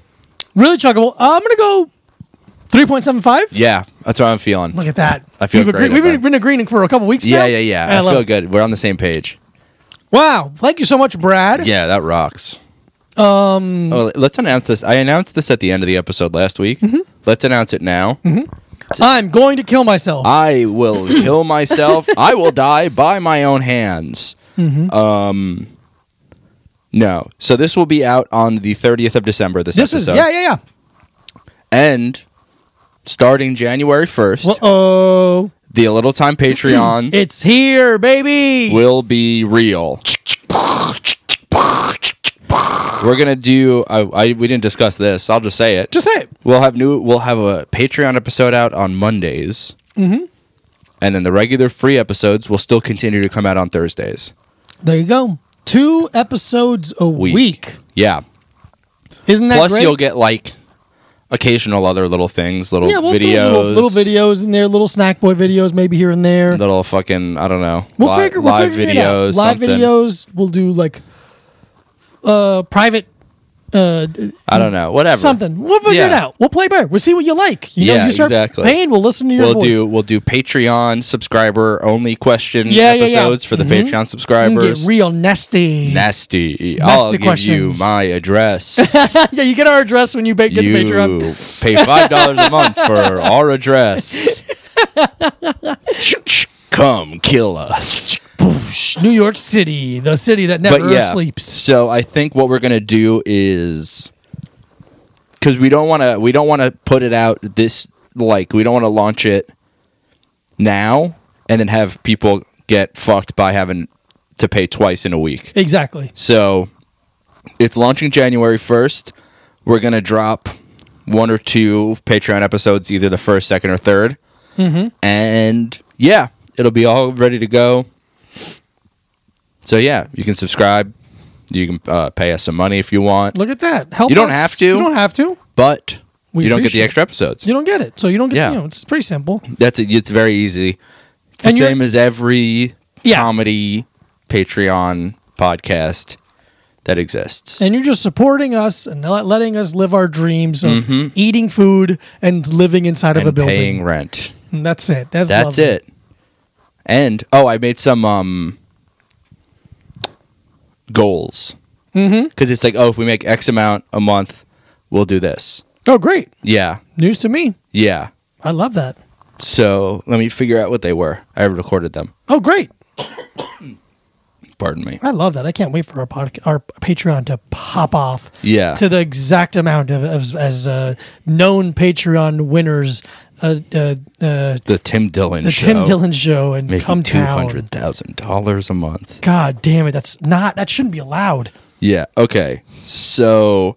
[SPEAKER 1] really chuggable. Uh, I'm gonna go 3.75.
[SPEAKER 2] Yeah, that's what I'm feeling.
[SPEAKER 1] Look at that.
[SPEAKER 2] I feel
[SPEAKER 1] we've,
[SPEAKER 2] great
[SPEAKER 1] agree- we've
[SPEAKER 2] about
[SPEAKER 1] been agreeing for a couple weeks
[SPEAKER 2] yeah,
[SPEAKER 1] now.
[SPEAKER 2] yeah, yeah.
[SPEAKER 1] And
[SPEAKER 2] I,
[SPEAKER 1] love
[SPEAKER 2] feel
[SPEAKER 1] it.
[SPEAKER 2] good. We're on the same page.
[SPEAKER 1] Wow. Thank you so much, Brad.
[SPEAKER 2] Yeah, that rocks. Um, let's announce this. I announced this at the end of the episode last week.
[SPEAKER 1] Mm-hmm.
[SPEAKER 2] Let's announce it now.
[SPEAKER 1] I'm going to kill myself.
[SPEAKER 2] I will kill myself. I will die by my own hands.
[SPEAKER 1] Mm-hmm.
[SPEAKER 2] Um, no. So this will be out on the 30th of December. This,
[SPEAKER 1] this is
[SPEAKER 2] episode.
[SPEAKER 1] yeah, yeah, yeah.
[SPEAKER 2] And starting January 1st,
[SPEAKER 1] Well, oh,
[SPEAKER 2] the Little Time Patreon
[SPEAKER 1] it's here, baby.
[SPEAKER 2] will be real. We're gonna do. I, I we didn't discuss this. I'll just say it.
[SPEAKER 1] Just say it.
[SPEAKER 2] We'll have new. We'll have a Patreon episode out on Mondays, mm-hmm. and then the regular free episodes will still continue to come out on Thursdays.
[SPEAKER 1] There you go. Two episodes a week.
[SPEAKER 2] Yeah.
[SPEAKER 1] Isn't that
[SPEAKER 2] Plus,
[SPEAKER 1] great?
[SPEAKER 2] you'll get like occasional other little things, little
[SPEAKER 1] yeah, we'll throw
[SPEAKER 2] videos,
[SPEAKER 1] little, little videos in there, little snack boy videos maybe here and there.
[SPEAKER 2] little fucking I don't know.
[SPEAKER 1] We'll
[SPEAKER 2] li-
[SPEAKER 1] figure we'll
[SPEAKER 2] live
[SPEAKER 1] figure it
[SPEAKER 2] videos,
[SPEAKER 1] out. Live
[SPEAKER 2] something.
[SPEAKER 1] videos. We'll do like uh private uh d-
[SPEAKER 2] I don't know. Whatever.
[SPEAKER 1] something. We'll figure it
[SPEAKER 2] Yeah.
[SPEAKER 1] out. We'll play by. ear. We'll see what you like. You know,
[SPEAKER 2] Yeah,
[SPEAKER 1] you start
[SPEAKER 2] exactly.
[SPEAKER 1] paying, we'll listen to your
[SPEAKER 2] We'll
[SPEAKER 1] voice.
[SPEAKER 2] do we'll do Patreon subscriber only question
[SPEAKER 1] Yeah, yeah,
[SPEAKER 2] episodes
[SPEAKER 1] yeah.
[SPEAKER 2] for the Patreon
[SPEAKER 1] and
[SPEAKER 2] subscribers.
[SPEAKER 1] get real nasty.
[SPEAKER 2] Nasty. I'll give
[SPEAKER 1] questions.
[SPEAKER 2] you my address.
[SPEAKER 1] yeah, you get our address when you ba- get
[SPEAKER 2] you
[SPEAKER 1] the Patreon.
[SPEAKER 2] pay five dollars a month for our address. Come kill us.
[SPEAKER 1] Boosh, New York City, the city that never
[SPEAKER 2] But yeah,
[SPEAKER 1] sleeps.
[SPEAKER 2] so I think what we're gonna do is because we don't want to we don't want to put it out this like we don't want to launch it now and then have people get fucked by having to pay twice in a week.
[SPEAKER 1] Exactly.
[SPEAKER 2] So it's launching January 1st. We're going to drop one or two Patreon episodes, either the first, second, or 3rd
[SPEAKER 1] Mm-hmm.
[SPEAKER 2] And yeah, it'll be all ready to go. So yeah, you can subscribe. You can uh, pay us some money if you want,
[SPEAKER 1] Look at that. Help.
[SPEAKER 2] You don't
[SPEAKER 1] us.
[SPEAKER 2] have to.
[SPEAKER 1] You don't have to.
[SPEAKER 2] but
[SPEAKER 1] We
[SPEAKER 2] you don't get the
[SPEAKER 1] appreciate
[SPEAKER 2] extra episodes.
[SPEAKER 1] You don't get it, so you don't get.
[SPEAKER 2] Yeah.
[SPEAKER 1] You know, it's pretty simple.
[SPEAKER 2] That's it. It's very easy. It's the
[SPEAKER 1] And you're-
[SPEAKER 2] same as every
[SPEAKER 1] Yeah.
[SPEAKER 2] comedy Patreon podcast that exists.
[SPEAKER 1] And you're just supporting us and not letting us live our dreams of eating food and living inside of a
[SPEAKER 2] Mm-hmm. and
[SPEAKER 1] building.
[SPEAKER 2] paying rent.
[SPEAKER 1] And that's it. That's,
[SPEAKER 2] That's
[SPEAKER 1] lovely.
[SPEAKER 2] it. And oh, I made some um goals
[SPEAKER 1] Mm-hmm.
[SPEAKER 2] because it's like oh, if we make X amount a month, we'll do this.
[SPEAKER 1] Oh, great
[SPEAKER 2] Yeah,
[SPEAKER 1] news to me.
[SPEAKER 2] yeah.
[SPEAKER 1] I love that.
[SPEAKER 2] So let me figure out what they were. I recorded them.
[SPEAKER 1] Oh, great.
[SPEAKER 2] Pardon me.
[SPEAKER 1] I love that. I can't wait for our pod- our Patreon to pop off
[SPEAKER 2] Yeah.
[SPEAKER 1] to the exact amount of as, as uh, known Patreon winners. Uh, uh, uh,
[SPEAKER 2] the Tim Dillon
[SPEAKER 1] the
[SPEAKER 2] show.
[SPEAKER 1] Tim Dillon show and come
[SPEAKER 2] making two
[SPEAKER 1] town.
[SPEAKER 2] hundred thousand dollars a month.
[SPEAKER 1] God damn it! That's not. That shouldn't be allowed.
[SPEAKER 2] Yeah. Okay. So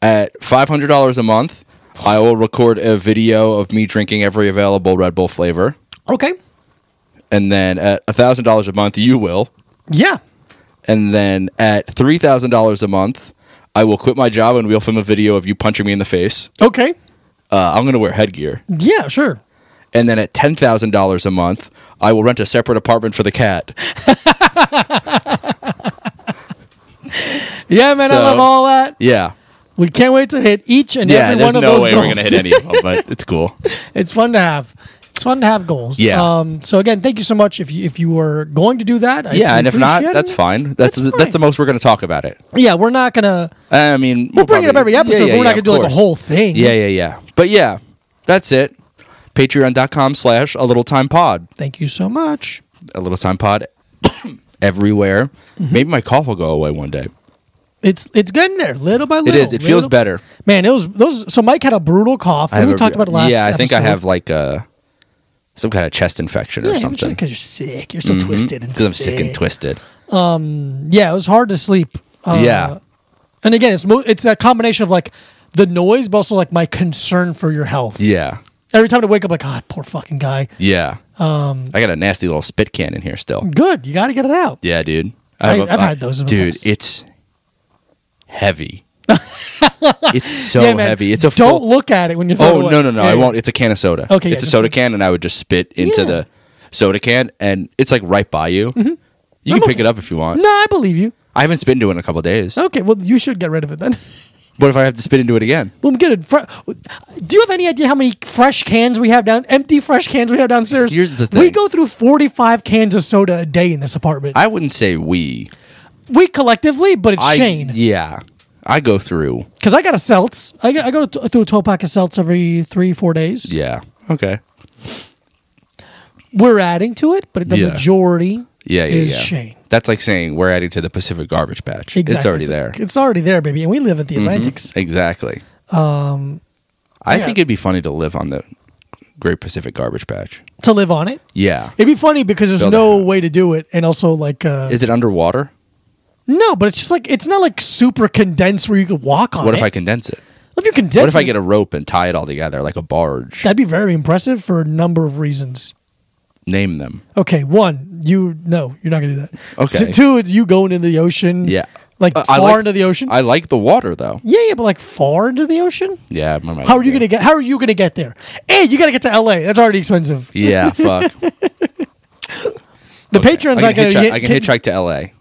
[SPEAKER 2] at five hundred dollars a month, I will record a video of me drinking every available Red Bull flavor.
[SPEAKER 1] Okay.
[SPEAKER 2] and then at thousand dollars a month you will,
[SPEAKER 1] Yeah.
[SPEAKER 2] and then at three thousand dollars a month I will quit my job and we'll film a video of you punching me in the face.
[SPEAKER 1] Okay.
[SPEAKER 2] Uh, I'm gonna wear headgear,
[SPEAKER 1] Yeah. Sure.
[SPEAKER 2] and then at ten thousand dollars a month I will rent a separate apartment for the cat.
[SPEAKER 1] Yeah, man, I
[SPEAKER 2] So-
[SPEAKER 1] love all that.
[SPEAKER 2] Yeah,
[SPEAKER 1] We can't wait to hit each and
[SPEAKER 2] yeah.
[SPEAKER 1] every
[SPEAKER 2] There's
[SPEAKER 1] one of
[SPEAKER 2] no
[SPEAKER 1] those
[SPEAKER 2] way
[SPEAKER 1] goals.
[SPEAKER 2] we're gonna hit any of them, but it's cool.
[SPEAKER 1] it's fun to have. It's fun to have goals.
[SPEAKER 2] Yeah.
[SPEAKER 1] Um, so again, thank you so much if you if you are going to do that. I
[SPEAKER 2] Yeah, and if not,
[SPEAKER 1] appreciate
[SPEAKER 2] that's
[SPEAKER 1] it.
[SPEAKER 2] fine. That's
[SPEAKER 1] That's
[SPEAKER 2] that's, the
[SPEAKER 1] fine.
[SPEAKER 2] most we're gonna talk about it.
[SPEAKER 1] Yeah, we're not gonna
[SPEAKER 2] I mean,
[SPEAKER 1] we'll, bring it up
[SPEAKER 2] probably-
[SPEAKER 1] every episode,
[SPEAKER 2] yeah,
[SPEAKER 1] but
[SPEAKER 2] yeah,
[SPEAKER 1] we're not
[SPEAKER 2] yeah,
[SPEAKER 1] gonna
[SPEAKER 2] of
[SPEAKER 1] do like a
[SPEAKER 2] course.
[SPEAKER 1] whole thing.
[SPEAKER 2] Yeah, yeah, yeah. But yeah, that's it. Patreon.com slash a little time pod.
[SPEAKER 1] Thank you so much.
[SPEAKER 2] a little time pod everywhere.
[SPEAKER 1] Mm-hmm.
[SPEAKER 2] Maybe my cough will go away one day.
[SPEAKER 1] It's it's getting there, little by
[SPEAKER 2] It
[SPEAKER 1] little.
[SPEAKER 2] is. It feels
[SPEAKER 1] little-
[SPEAKER 2] better.
[SPEAKER 1] Man, it was those. So Mike had a brutal cough. I think
[SPEAKER 2] have
[SPEAKER 1] we
[SPEAKER 2] a-
[SPEAKER 1] talked about it last.
[SPEAKER 2] Yeah, I think I
[SPEAKER 1] episode.
[SPEAKER 2] have like a some kind of chest infection or
[SPEAKER 1] Yeah,
[SPEAKER 2] something.
[SPEAKER 1] because you're sick. You're so twisted and
[SPEAKER 2] 'Cause I'm sick and
[SPEAKER 1] sick.
[SPEAKER 2] twisted.
[SPEAKER 1] Yeah, it was hard to sleep. Uh,
[SPEAKER 2] yeah,
[SPEAKER 1] And again, it's mo- it's a combination of like the noise, but also like my concern for your health.
[SPEAKER 2] yeah,
[SPEAKER 1] Every time I wake up, like, God, poor fucking guy.
[SPEAKER 2] yeah. Um, I got a nasty little spit can in here still.
[SPEAKER 1] Good, you got to get it out.
[SPEAKER 2] Yeah, dude.
[SPEAKER 1] I-
[SPEAKER 2] have a- uh,
[SPEAKER 1] I've had those in the
[SPEAKER 2] Dude,
[SPEAKER 1] past.
[SPEAKER 2] it's heavy. it's so
[SPEAKER 1] yeah, man,
[SPEAKER 2] heavy. It's a
[SPEAKER 1] don't
[SPEAKER 2] full,
[SPEAKER 1] look at it when you. throw it
[SPEAKER 2] Oh
[SPEAKER 1] away.
[SPEAKER 2] no no no!
[SPEAKER 1] Yeah,
[SPEAKER 2] I
[SPEAKER 1] yeah.
[SPEAKER 2] won't. It's a can of soda.
[SPEAKER 1] Okay, yeah,
[SPEAKER 2] it's a
[SPEAKER 1] just-
[SPEAKER 2] soda can, and I would just spit into
[SPEAKER 1] Yeah. Mm-hmm.
[SPEAKER 2] the soda can, and it's like right by you. You
[SPEAKER 1] I'm
[SPEAKER 2] can pick
[SPEAKER 1] okay.
[SPEAKER 2] it up if you want.
[SPEAKER 1] No, Oh. I believe you.
[SPEAKER 2] I haven't spit into it in a couple days.
[SPEAKER 1] Okay, well, you should get rid of it then.
[SPEAKER 2] What if I have to spit into it again?
[SPEAKER 1] We'll get it. Fr- Do you have any idea how many fresh cans we have down? Empty fresh cans we have downstairs.
[SPEAKER 2] Here's the
[SPEAKER 1] We
[SPEAKER 2] thing.
[SPEAKER 1] go through forty-five cans of soda a day in this apartment.
[SPEAKER 2] I wouldn't say we.
[SPEAKER 1] we collectively, but it's
[SPEAKER 2] I,
[SPEAKER 1] Shane
[SPEAKER 2] Yeah, I go through.
[SPEAKER 1] because I got a seltz. I, got, I go t- through a twelve pack of seltz every three four days.
[SPEAKER 2] Yeah. Okay.
[SPEAKER 1] We're adding to it, but the
[SPEAKER 2] Yeah.
[SPEAKER 1] majority
[SPEAKER 2] Yeah. Yeah.
[SPEAKER 1] is
[SPEAKER 2] yeah.
[SPEAKER 1] Shane.
[SPEAKER 2] That's like saying we're adding to the Pacific garbage patch.
[SPEAKER 1] Exactly.
[SPEAKER 2] It's already there. Mm-hmm.
[SPEAKER 1] It's already there, baby. And we live at the Atlantics.
[SPEAKER 2] Exactly. Um, I
[SPEAKER 1] yeah.
[SPEAKER 2] think it'd be funny to live on the Great Pacific Garbage Patch.
[SPEAKER 1] to live on it.
[SPEAKER 2] Yeah.
[SPEAKER 1] It'd be funny because there's
[SPEAKER 2] Build
[SPEAKER 1] no
[SPEAKER 2] a house.
[SPEAKER 1] way to do it, and also like uh,
[SPEAKER 2] Is it underwater?
[SPEAKER 1] no, but it's just like it's not like super condensed where you could walk on
[SPEAKER 2] What
[SPEAKER 1] it.
[SPEAKER 2] if I condense it?
[SPEAKER 1] If you condense,
[SPEAKER 2] What if I
[SPEAKER 1] it,
[SPEAKER 2] get a rope and tie it all together like a barge?
[SPEAKER 1] That'd be very impressive for a number of reasons.
[SPEAKER 2] Name them.
[SPEAKER 1] Okay, one, you no, you're not gonna do that.
[SPEAKER 2] Okay.
[SPEAKER 1] So two, it's you going into the ocean.
[SPEAKER 2] Yeah.
[SPEAKER 1] Like
[SPEAKER 2] Uh, I
[SPEAKER 1] far
[SPEAKER 2] like-
[SPEAKER 1] into the ocean?
[SPEAKER 2] I like the water though.
[SPEAKER 1] yeah, yeah, but like far into the ocean?
[SPEAKER 2] Yeah. my mind-
[SPEAKER 1] How are you gonna get how are you gonna get there? And you gotta get to LA. That's already expensive.
[SPEAKER 2] Yeah. Fuck.
[SPEAKER 1] The
[SPEAKER 2] Okay.
[SPEAKER 1] patrons
[SPEAKER 2] I
[SPEAKER 1] like
[SPEAKER 2] can,
[SPEAKER 1] gonna
[SPEAKER 2] hitchhike,
[SPEAKER 1] get,
[SPEAKER 2] I can hitchhike to L.A.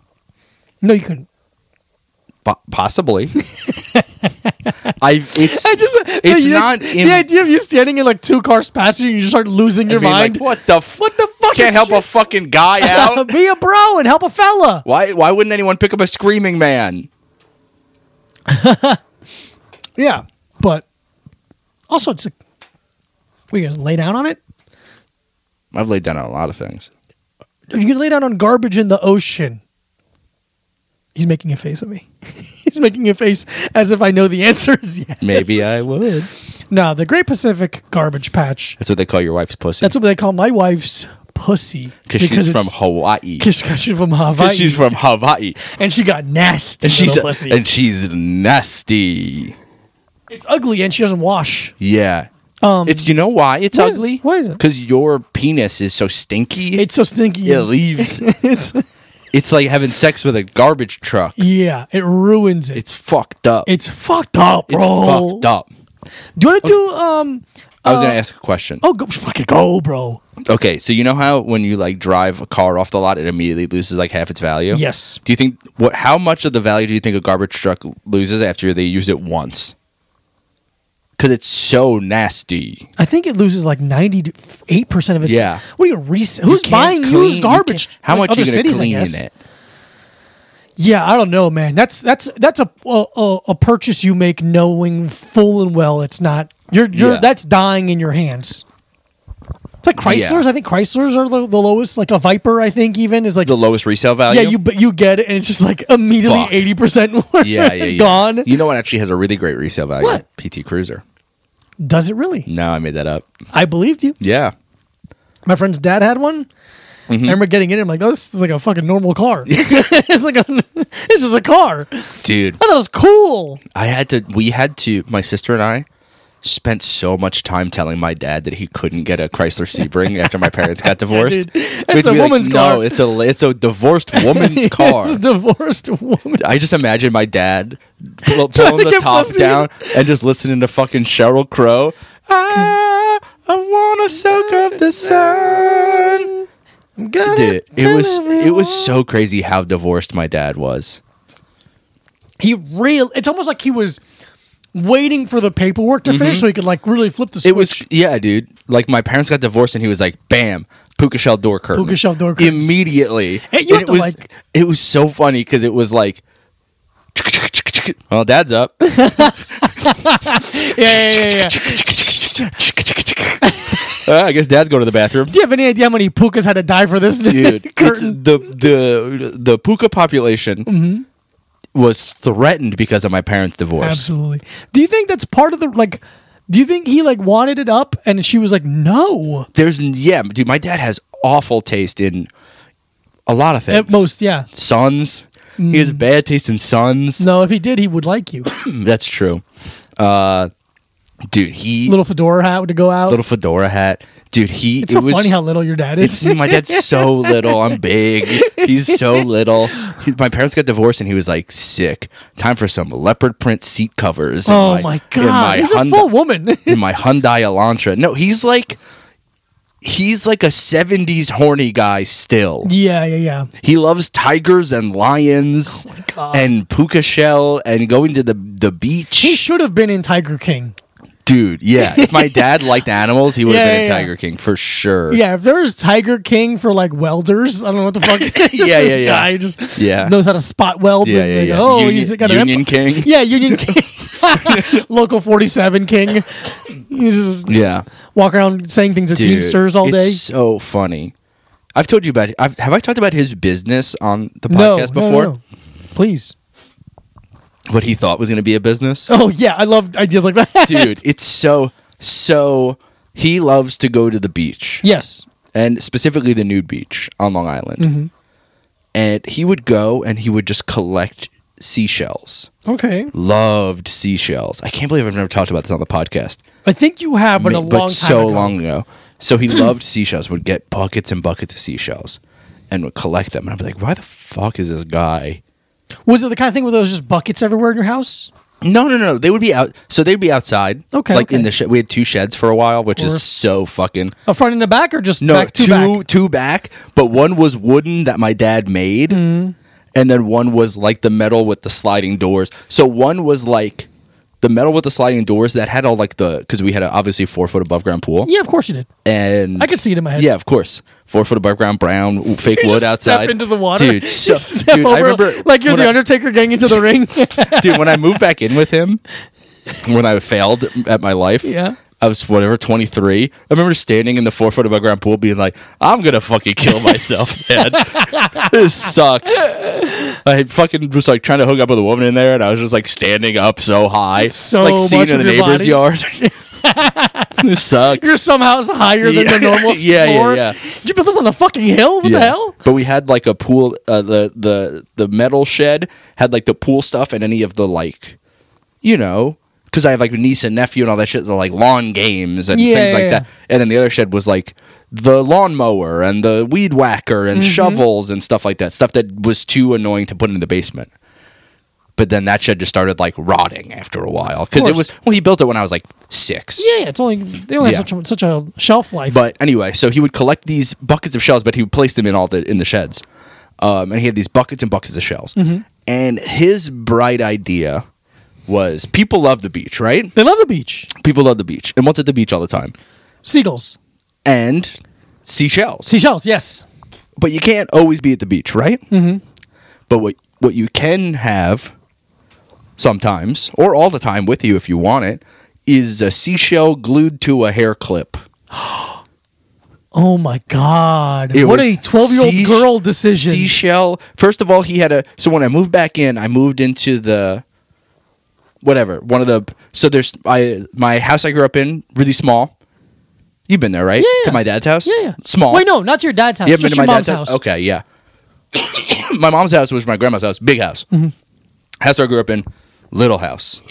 [SPEAKER 1] No, you couldn't.
[SPEAKER 2] Po- possibly. I. It's.
[SPEAKER 1] I just uh,
[SPEAKER 2] It's
[SPEAKER 1] the,
[SPEAKER 2] not
[SPEAKER 1] the,
[SPEAKER 2] in-
[SPEAKER 1] idea of you standing in like two cars passing and you just start losing your
[SPEAKER 2] I mean,
[SPEAKER 1] mind.
[SPEAKER 2] Like, what the? F-
[SPEAKER 1] What the fuck?
[SPEAKER 2] Can't help a fucking guy out.
[SPEAKER 1] Be a bro and help a fella.
[SPEAKER 2] why? Why wouldn't anyone pick up a screaming man?
[SPEAKER 1] Yeah, but also it's a, we gonna lay down on it.
[SPEAKER 2] I've laid down on a lot of things.
[SPEAKER 1] Are you gonna lay down on garbage in the ocean? He's making a face at me. He's making a face as if I know the answer is yes.
[SPEAKER 2] Maybe I would.
[SPEAKER 1] No, the Great Pacific Garbage Patch.
[SPEAKER 2] That's what they call your wife's pussy.
[SPEAKER 1] That's what they call my wife's pussy
[SPEAKER 2] because she's from
[SPEAKER 1] it's-
[SPEAKER 2] Hawaii.
[SPEAKER 1] 'cause she's from Hawaii.
[SPEAKER 2] Because she's from Hawaii,
[SPEAKER 1] and she got nasty.
[SPEAKER 2] and she's
[SPEAKER 1] little pussy.
[SPEAKER 2] and she's nasty.
[SPEAKER 1] it's ugly, and she doesn't wash.
[SPEAKER 2] Yeah. Um, it's you know why it's
[SPEAKER 1] why is-
[SPEAKER 2] ugly?
[SPEAKER 1] why is it?
[SPEAKER 2] Because your penis is so stinky.
[SPEAKER 1] It's so stinky.
[SPEAKER 2] it leaves.
[SPEAKER 1] it's,
[SPEAKER 2] it's like having sex with a garbage truck.
[SPEAKER 1] yeah, it ruins it. It's,
[SPEAKER 2] It's fucked up.
[SPEAKER 1] fucked up,
[SPEAKER 2] It's
[SPEAKER 1] bro.
[SPEAKER 2] fucked up.
[SPEAKER 1] Do you want to do um?
[SPEAKER 2] I was gonna ask a question.
[SPEAKER 1] Oh, go, fucking go, bro.
[SPEAKER 2] Okay, so you know how when you like drive a car off the lot, it immediately loses like half its value.
[SPEAKER 1] Yes.
[SPEAKER 2] Do you think what? How much of the value do you think a garbage truck loses after they use it once? Because it's so nasty.
[SPEAKER 1] I think it loses like ninety eight percent of its.
[SPEAKER 2] Yeah.
[SPEAKER 1] What are you resell? Who's
[SPEAKER 2] You
[SPEAKER 1] buying
[SPEAKER 2] can't clean- you
[SPEAKER 1] used garbage?
[SPEAKER 2] can't- How
[SPEAKER 1] Like
[SPEAKER 2] much
[SPEAKER 1] other
[SPEAKER 2] are you gonna
[SPEAKER 1] cities, I
[SPEAKER 2] clean
[SPEAKER 1] guess.
[SPEAKER 2] it?
[SPEAKER 1] Yeah, I don't know, man. That's that's that's a a, a- a purchase you make knowing full and well it's not you're you're
[SPEAKER 2] Yeah.
[SPEAKER 1] that's dying in your hands. It's like Chrysler's.
[SPEAKER 2] Yeah.
[SPEAKER 1] I think Chrysler's are the, the lowest. Like a Viper, I think even is like
[SPEAKER 2] The lowest resale
[SPEAKER 1] yeah,
[SPEAKER 2] value.
[SPEAKER 1] you but you get it, and it's just like immediately
[SPEAKER 2] Fuck.
[SPEAKER 1] eighty percent
[SPEAKER 2] yeah, yeah, yeah.
[SPEAKER 1] gone.
[SPEAKER 2] You know what actually has a really great resale value?
[SPEAKER 1] What?
[SPEAKER 2] PT Cruiser.
[SPEAKER 1] Does it really?
[SPEAKER 2] No, I made that up.
[SPEAKER 1] I believed you.
[SPEAKER 2] Yeah.
[SPEAKER 1] My friend's dad had one. I
[SPEAKER 2] Mm-hmm.
[SPEAKER 1] remember getting in. I'm like, oh, this is like a fucking normal car. it's like a, it's just a car. I thought
[SPEAKER 2] Dude,
[SPEAKER 1] it was cool.
[SPEAKER 2] I had to, we had to, my sister and I spent so much time telling my dad that he couldn't get a Chrysler Sebring after my parents got divorced.
[SPEAKER 1] dude. It's
[SPEAKER 2] We'd
[SPEAKER 1] a
[SPEAKER 2] be like,
[SPEAKER 1] woman's
[SPEAKER 2] No,
[SPEAKER 1] car."
[SPEAKER 2] it's a, it's a divorced woman's car.
[SPEAKER 1] It's a divorced woman.
[SPEAKER 2] I just imagine my dad pull,
[SPEAKER 1] Trying to
[SPEAKER 2] pulling the
[SPEAKER 1] get
[SPEAKER 2] top
[SPEAKER 1] pussy.
[SPEAKER 2] down and just listening to fucking Cheryl Crow. I, I wanna soak up the sun.
[SPEAKER 1] I'm gonna
[SPEAKER 2] Dude, it
[SPEAKER 1] tell
[SPEAKER 2] was it
[SPEAKER 1] everyone.
[SPEAKER 2] was so crazy how divorced my dad was.
[SPEAKER 1] he real. It's almost like he was waiting for the paperwork to finish so he could like really flip the switch.
[SPEAKER 2] Mm-hmm. It was yeah, dude. Like my parents got divorced, and he was like, "Bam, puka shell door curtain."
[SPEAKER 1] Puka shell door curtains.
[SPEAKER 2] Immediately,
[SPEAKER 1] And you have
[SPEAKER 2] it
[SPEAKER 1] to,
[SPEAKER 2] was
[SPEAKER 1] like-
[SPEAKER 2] it was so funny because it was like, "Well, dad's up."
[SPEAKER 1] yeah, yeah, yeah, yeah.
[SPEAKER 2] Uh, I guess dad's going to the bathroom.
[SPEAKER 1] Do you have any idea how many pukas had to die for this
[SPEAKER 2] Dude, it's,
[SPEAKER 1] curtain?
[SPEAKER 2] the the the puka population
[SPEAKER 1] Mm-hmm.
[SPEAKER 2] was threatened because of my parents' divorce.
[SPEAKER 1] Absolutely. Do you think that's part of the like? Do you think he like wanted it up and she was like, no?
[SPEAKER 2] There's yeah, dude. My dad has awful taste in a lot of things.
[SPEAKER 1] At most, yeah.
[SPEAKER 2] Sons. He has bad taste in sons.
[SPEAKER 1] Mm.
[SPEAKER 2] Mm,
[SPEAKER 1] No, if he did, he would like you.
[SPEAKER 2] That's true. Uh, dude, he little,
[SPEAKER 1] little fedora hat to go out.
[SPEAKER 2] fedora hat. Dude, he.
[SPEAKER 1] it's
[SPEAKER 2] it
[SPEAKER 1] so
[SPEAKER 2] was,
[SPEAKER 1] funny how little your dad
[SPEAKER 2] it's,
[SPEAKER 1] is.
[SPEAKER 2] my dad's so little. I'm big. He's so little. He- my parents got divorced, and he was like sick. Time for some leopard print seat covers. in
[SPEAKER 1] Oh my
[SPEAKER 2] in my
[SPEAKER 1] god, he's
[SPEAKER 2] Hyundai-
[SPEAKER 1] a full woman.
[SPEAKER 2] in my Hyundai Elantra. No, he's like. He's like a 70s horny guy still.
[SPEAKER 1] yeah, yeah, yeah.
[SPEAKER 2] He loves tigers and
[SPEAKER 1] Oh
[SPEAKER 2] lions
[SPEAKER 1] God.
[SPEAKER 2] and puka shell and going to the the beach.
[SPEAKER 1] He should have been in Tiger King.
[SPEAKER 2] Dude, yeah. If my dad liked animals, he would have
[SPEAKER 1] Yeah,
[SPEAKER 2] been
[SPEAKER 1] yeah,
[SPEAKER 2] a
[SPEAKER 1] yeah.
[SPEAKER 2] Tiger King for sure.
[SPEAKER 1] Yeah, if there was Tiger King for like welders, I don't know what the fuck. just
[SPEAKER 2] Yeah,
[SPEAKER 1] a
[SPEAKER 2] yeah, yeah.
[SPEAKER 1] Guy who just
[SPEAKER 2] Yeah.
[SPEAKER 1] knows how to spot weld.
[SPEAKER 2] Yeah,
[SPEAKER 1] and
[SPEAKER 2] yeah,
[SPEAKER 1] they go,
[SPEAKER 2] yeah.
[SPEAKER 1] Oh,
[SPEAKER 2] Union-
[SPEAKER 1] he's got an
[SPEAKER 2] Union
[SPEAKER 1] emp-
[SPEAKER 2] King?
[SPEAKER 1] Yeah, Union King, local forty seven King. You just
[SPEAKER 2] Yeah.
[SPEAKER 1] walk around saying things at
[SPEAKER 2] Dude,
[SPEAKER 1] Teamsters all
[SPEAKER 2] it's
[SPEAKER 1] day.
[SPEAKER 2] so funny. I've told you about I've, have I talked about his business on the
[SPEAKER 1] No,
[SPEAKER 2] podcast
[SPEAKER 1] no, no,
[SPEAKER 2] before?
[SPEAKER 1] no. please.
[SPEAKER 2] What he thought was going to be a business?
[SPEAKER 1] Oh yeah, I love ideas like that,
[SPEAKER 2] Dude, it's so so he loves to go to the beach.
[SPEAKER 1] Yes.
[SPEAKER 2] and specifically the nude beach on Long Island.
[SPEAKER 1] Mm-hmm.
[SPEAKER 2] And he would go and he would just collect seashells.
[SPEAKER 1] Okay.
[SPEAKER 2] Loved seashells. I can't believe I've never talked about this on the podcast,
[SPEAKER 1] I think you have, but a
[SPEAKER 2] Ma-
[SPEAKER 1] long time
[SPEAKER 2] so
[SPEAKER 1] ago.
[SPEAKER 2] long ago. So he loved seashells. Would get buckets and buckets of seashells, and would collect them. And I'd be like, why the fuck is this guy
[SPEAKER 1] Was it the kind of thing where there was just buckets everywhere in your house?
[SPEAKER 2] No, no, no. They would be out. So they'd be outside.
[SPEAKER 1] Okay,
[SPEAKER 2] Like in
[SPEAKER 1] okay.
[SPEAKER 2] the shed. We had two sheds for a while, which
[SPEAKER 1] Or-
[SPEAKER 2] is so fucking.
[SPEAKER 1] A front and a back, or just
[SPEAKER 2] No,
[SPEAKER 1] back to
[SPEAKER 2] two
[SPEAKER 1] back?
[SPEAKER 2] two back, but one was wooden that my dad made,
[SPEAKER 1] Mm-hmm.
[SPEAKER 2] and then one was like the metal with the sliding doors. So one was like the metal with the sliding doors that had all like the because we had a, obviously four foot above ground pool.
[SPEAKER 1] Yeah, of course you did.
[SPEAKER 2] and
[SPEAKER 1] I could see it in my head.
[SPEAKER 2] Yeah, of course. Four foot above ground, brown, w- fake
[SPEAKER 1] You
[SPEAKER 2] wood
[SPEAKER 1] just
[SPEAKER 2] outside.
[SPEAKER 1] Step into the water,
[SPEAKER 2] dude. So,
[SPEAKER 1] Step
[SPEAKER 2] dude, I
[SPEAKER 1] over
[SPEAKER 2] remember
[SPEAKER 1] like you're
[SPEAKER 2] when
[SPEAKER 1] the
[SPEAKER 2] I-
[SPEAKER 1] Undertaker getting into the ring.
[SPEAKER 2] dude. When I moved back in with him, when I failed at my life,
[SPEAKER 1] Yeah.
[SPEAKER 2] I was whatever twenty three. I remember standing in the four foot above ground pool, being like, "I'm gonna fucking kill myself, man. this sucks." I fucking was like trying to hook up with a woman in there, and I was just like standing up so high,
[SPEAKER 1] So
[SPEAKER 2] like seen
[SPEAKER 1] much
[SPEAKER 2] in
[SPEAKER 1] of
[SPEAKER 2] a
[SPEAKER 1] your
[SPEAKER 2] neighbor's
[SPEAKER 1] body.
[SPEAKER 2] yard. this sucks.
[SPEAKER 1] you're somehow higher than the
[SPEAKER 2] Yeah.
[SPEAKER 1] normal.
[SPEAKER 2] Yeah, yeah,
[SPEAKER 1] floor.
[SPEAKER 2] yeah.
[SPEAKER 1] Did you build this on a fucking hill? What the
[SPEAKER 2] Yeah.
[SPEAKER 1] hell?
[SPEAKER 2] But we had like a pool. Uh, the the the metal shed had like the pool stuff and any of the like, you know, because I have like a niece and nephew and all that shit. So like lawn games and
[SPEAKER 1] Yeah,
[SPEAKER 2] things like
[SPEAKER 1] yeah,
[SPEAKER 2] that. And then the other shed was like the lawnmower and the weed whacker and
[SPEAKER 1] Mm-hmm.
[SPEAKER 2] shovels and stuff like that. Stuff that was too annoying to put in the basement. But then that shed just started like rotting after a while because it
[SPEAKER 1] course.
[SPEAKER 2] was well he built it when I was like six.
[SPEAKER 1] Yeah, yeah, it's only they only have
[SPEAKER 2] Yeah.
[SPEAKER 1] such a, such a shelf life.
[SPEAKER 2] But anyway, so he would collect these buckets of shells, but he would place them in all the in the sheds, um, and he had these buckets and buckets of shells. And his bright idea was people love the beach, right?
[SPEAKER 1] they love the beach.
[SPEAKER 2] People love the beach, and what's at the beach all the time?
[SPEAKER 1] Seagulls,
[SPEAKER 2] And seashells.
[SPEAKER 1] seashells. Yes.
[SPEAKER 2] but you can't always be at the beach, right? Mm-hmm. But what what you can have sometimes, or all the time with you if you want it, is a seashell glued to a hair clip.
[SPEAKER 1] Oh my god!
[SPEAKER 2] It
[SPEAKER 1] what
[SPEAKER 2] was
[SPEAKER 1] a twelve-year-old
[SPEAKER 2] sea-
[SPEAKER 1] girl decision.
[SPEAKER 2] seashell. First of all, he had a. So when I moved back in, I moved into the whatever one of the. So there's I my house I grew up in really small. You've been there, right?
[SPEAKER 1] Yeah, yeah.
[SPEAKER 2] To my dad's house.
[SPEAKER 1] yeah, yeah.
[SPEAKER 2] Small.
[SPEAKER 1] Wait, no, not to your dad's house.
[SPEAKER 2] You haven't
[SPEAKER 1] just
[SPEAKER 2] been
[SPEAKER 1] your
[SPEAKER 2] to my
[SPEAKER 1] mom's
[SPEAKER 2] dad's
[SPEAKER 1] house.
[SPEAKER 2] house. Okay, yeah. my mom's house was my grandma's house. Big house.
[SPEAKER 1] Mm-hmm.
[SPEAKER 2] House I grew up in. Little house.